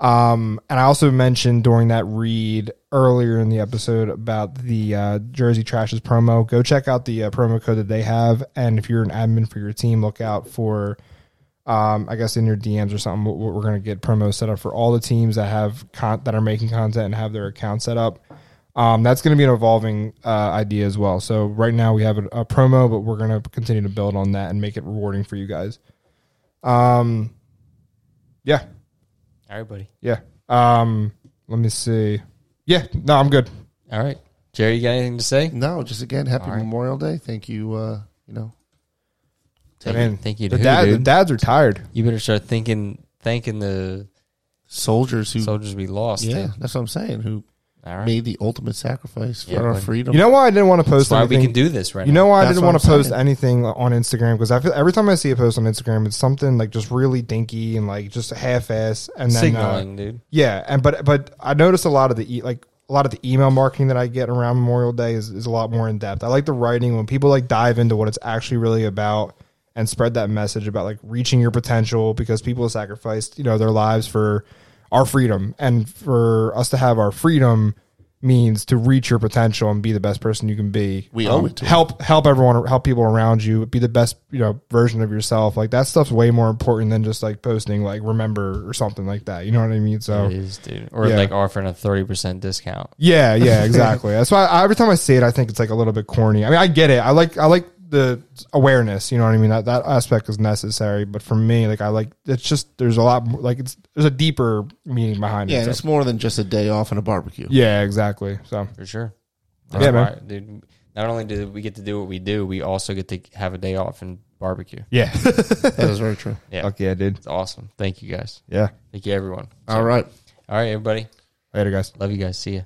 Um, and I also mentioned during that read earlier in the episode about the uh, Jersey Trashes promo. Go check out the uh, promo code that they have. And if you're an admin for your team, look out for, um, I guess, in your DMs or something, what- what we're going to get promos set up for all the teams that have con- that are making content and have their account set up. Um, that's going to be an evolving uh, idea as well. So right now we have a, a promo, but we're going to continue to build on that and make it rewarding for you guys. Um, yeah, All right, buddy. yeah. Um, let me see. Yeah, no, I'm good. All right, Jerry, you got anything to say? No, just again, happy All right. Memorial Day. Thank you. Uh, you know, Thank Man, you. Thank you to The, who, dad, the dude? dads are tired. You better start thinking, thanking the soldiers who. soldiers we lost. yeah, dude. that's what I'm saying. Who All right. made the ultimate sacrifice for Yeah, our like- freedom? You know why I didn't want to That's post why anything? we can do this right You know why I That's didn't what want to I'm post saying. anything on Instagram because I feel every time I see a post on Instagram, it's something like just really dinky and like just half-ass and now. then uh, Signaling, dude. Yeah, and but but I noticed a lot of the e- like a lot of the email marketing that I get around Memorial Day is, is a lot more in depth. I like the writing when people like dive into what it's actually really about and spread that message about like reaching your potential because people sacrificed you know their lives for our freedom and for us to have our freedom means to reach your potential and be the best person you can be. We owe it to 'em. help help everyone help people around you be the best you know version of yourself. Like that stuff's way more important than just like posting like remember or something like that. You know what I mean? So It is, dude. Or Yeah. like offering a thirty percent discount. yeah, yeah, exactly. That's why I, every time I see it, I think it's like a little bit corny. I mean, I get it. I like I like the awareness. You know what I mean? That that aspect is necessary. But for me, like I like it's just there's a lot more, like it's there's a deeper meaning behind yeah, and it. So- it's more than just a day off and a barbecue. yeah, exactly. So For sure. Yeah, That's man. why, dude. Not only do we get to do what we do, we also get to have a day off and barbecue. yeah, That is very true. Yeah. fuck yeah, dude. It's awesome. Thank you guys. Yeah, Thank you everyone. All right. All right, everybody. later, guys. Love you guys. See ya.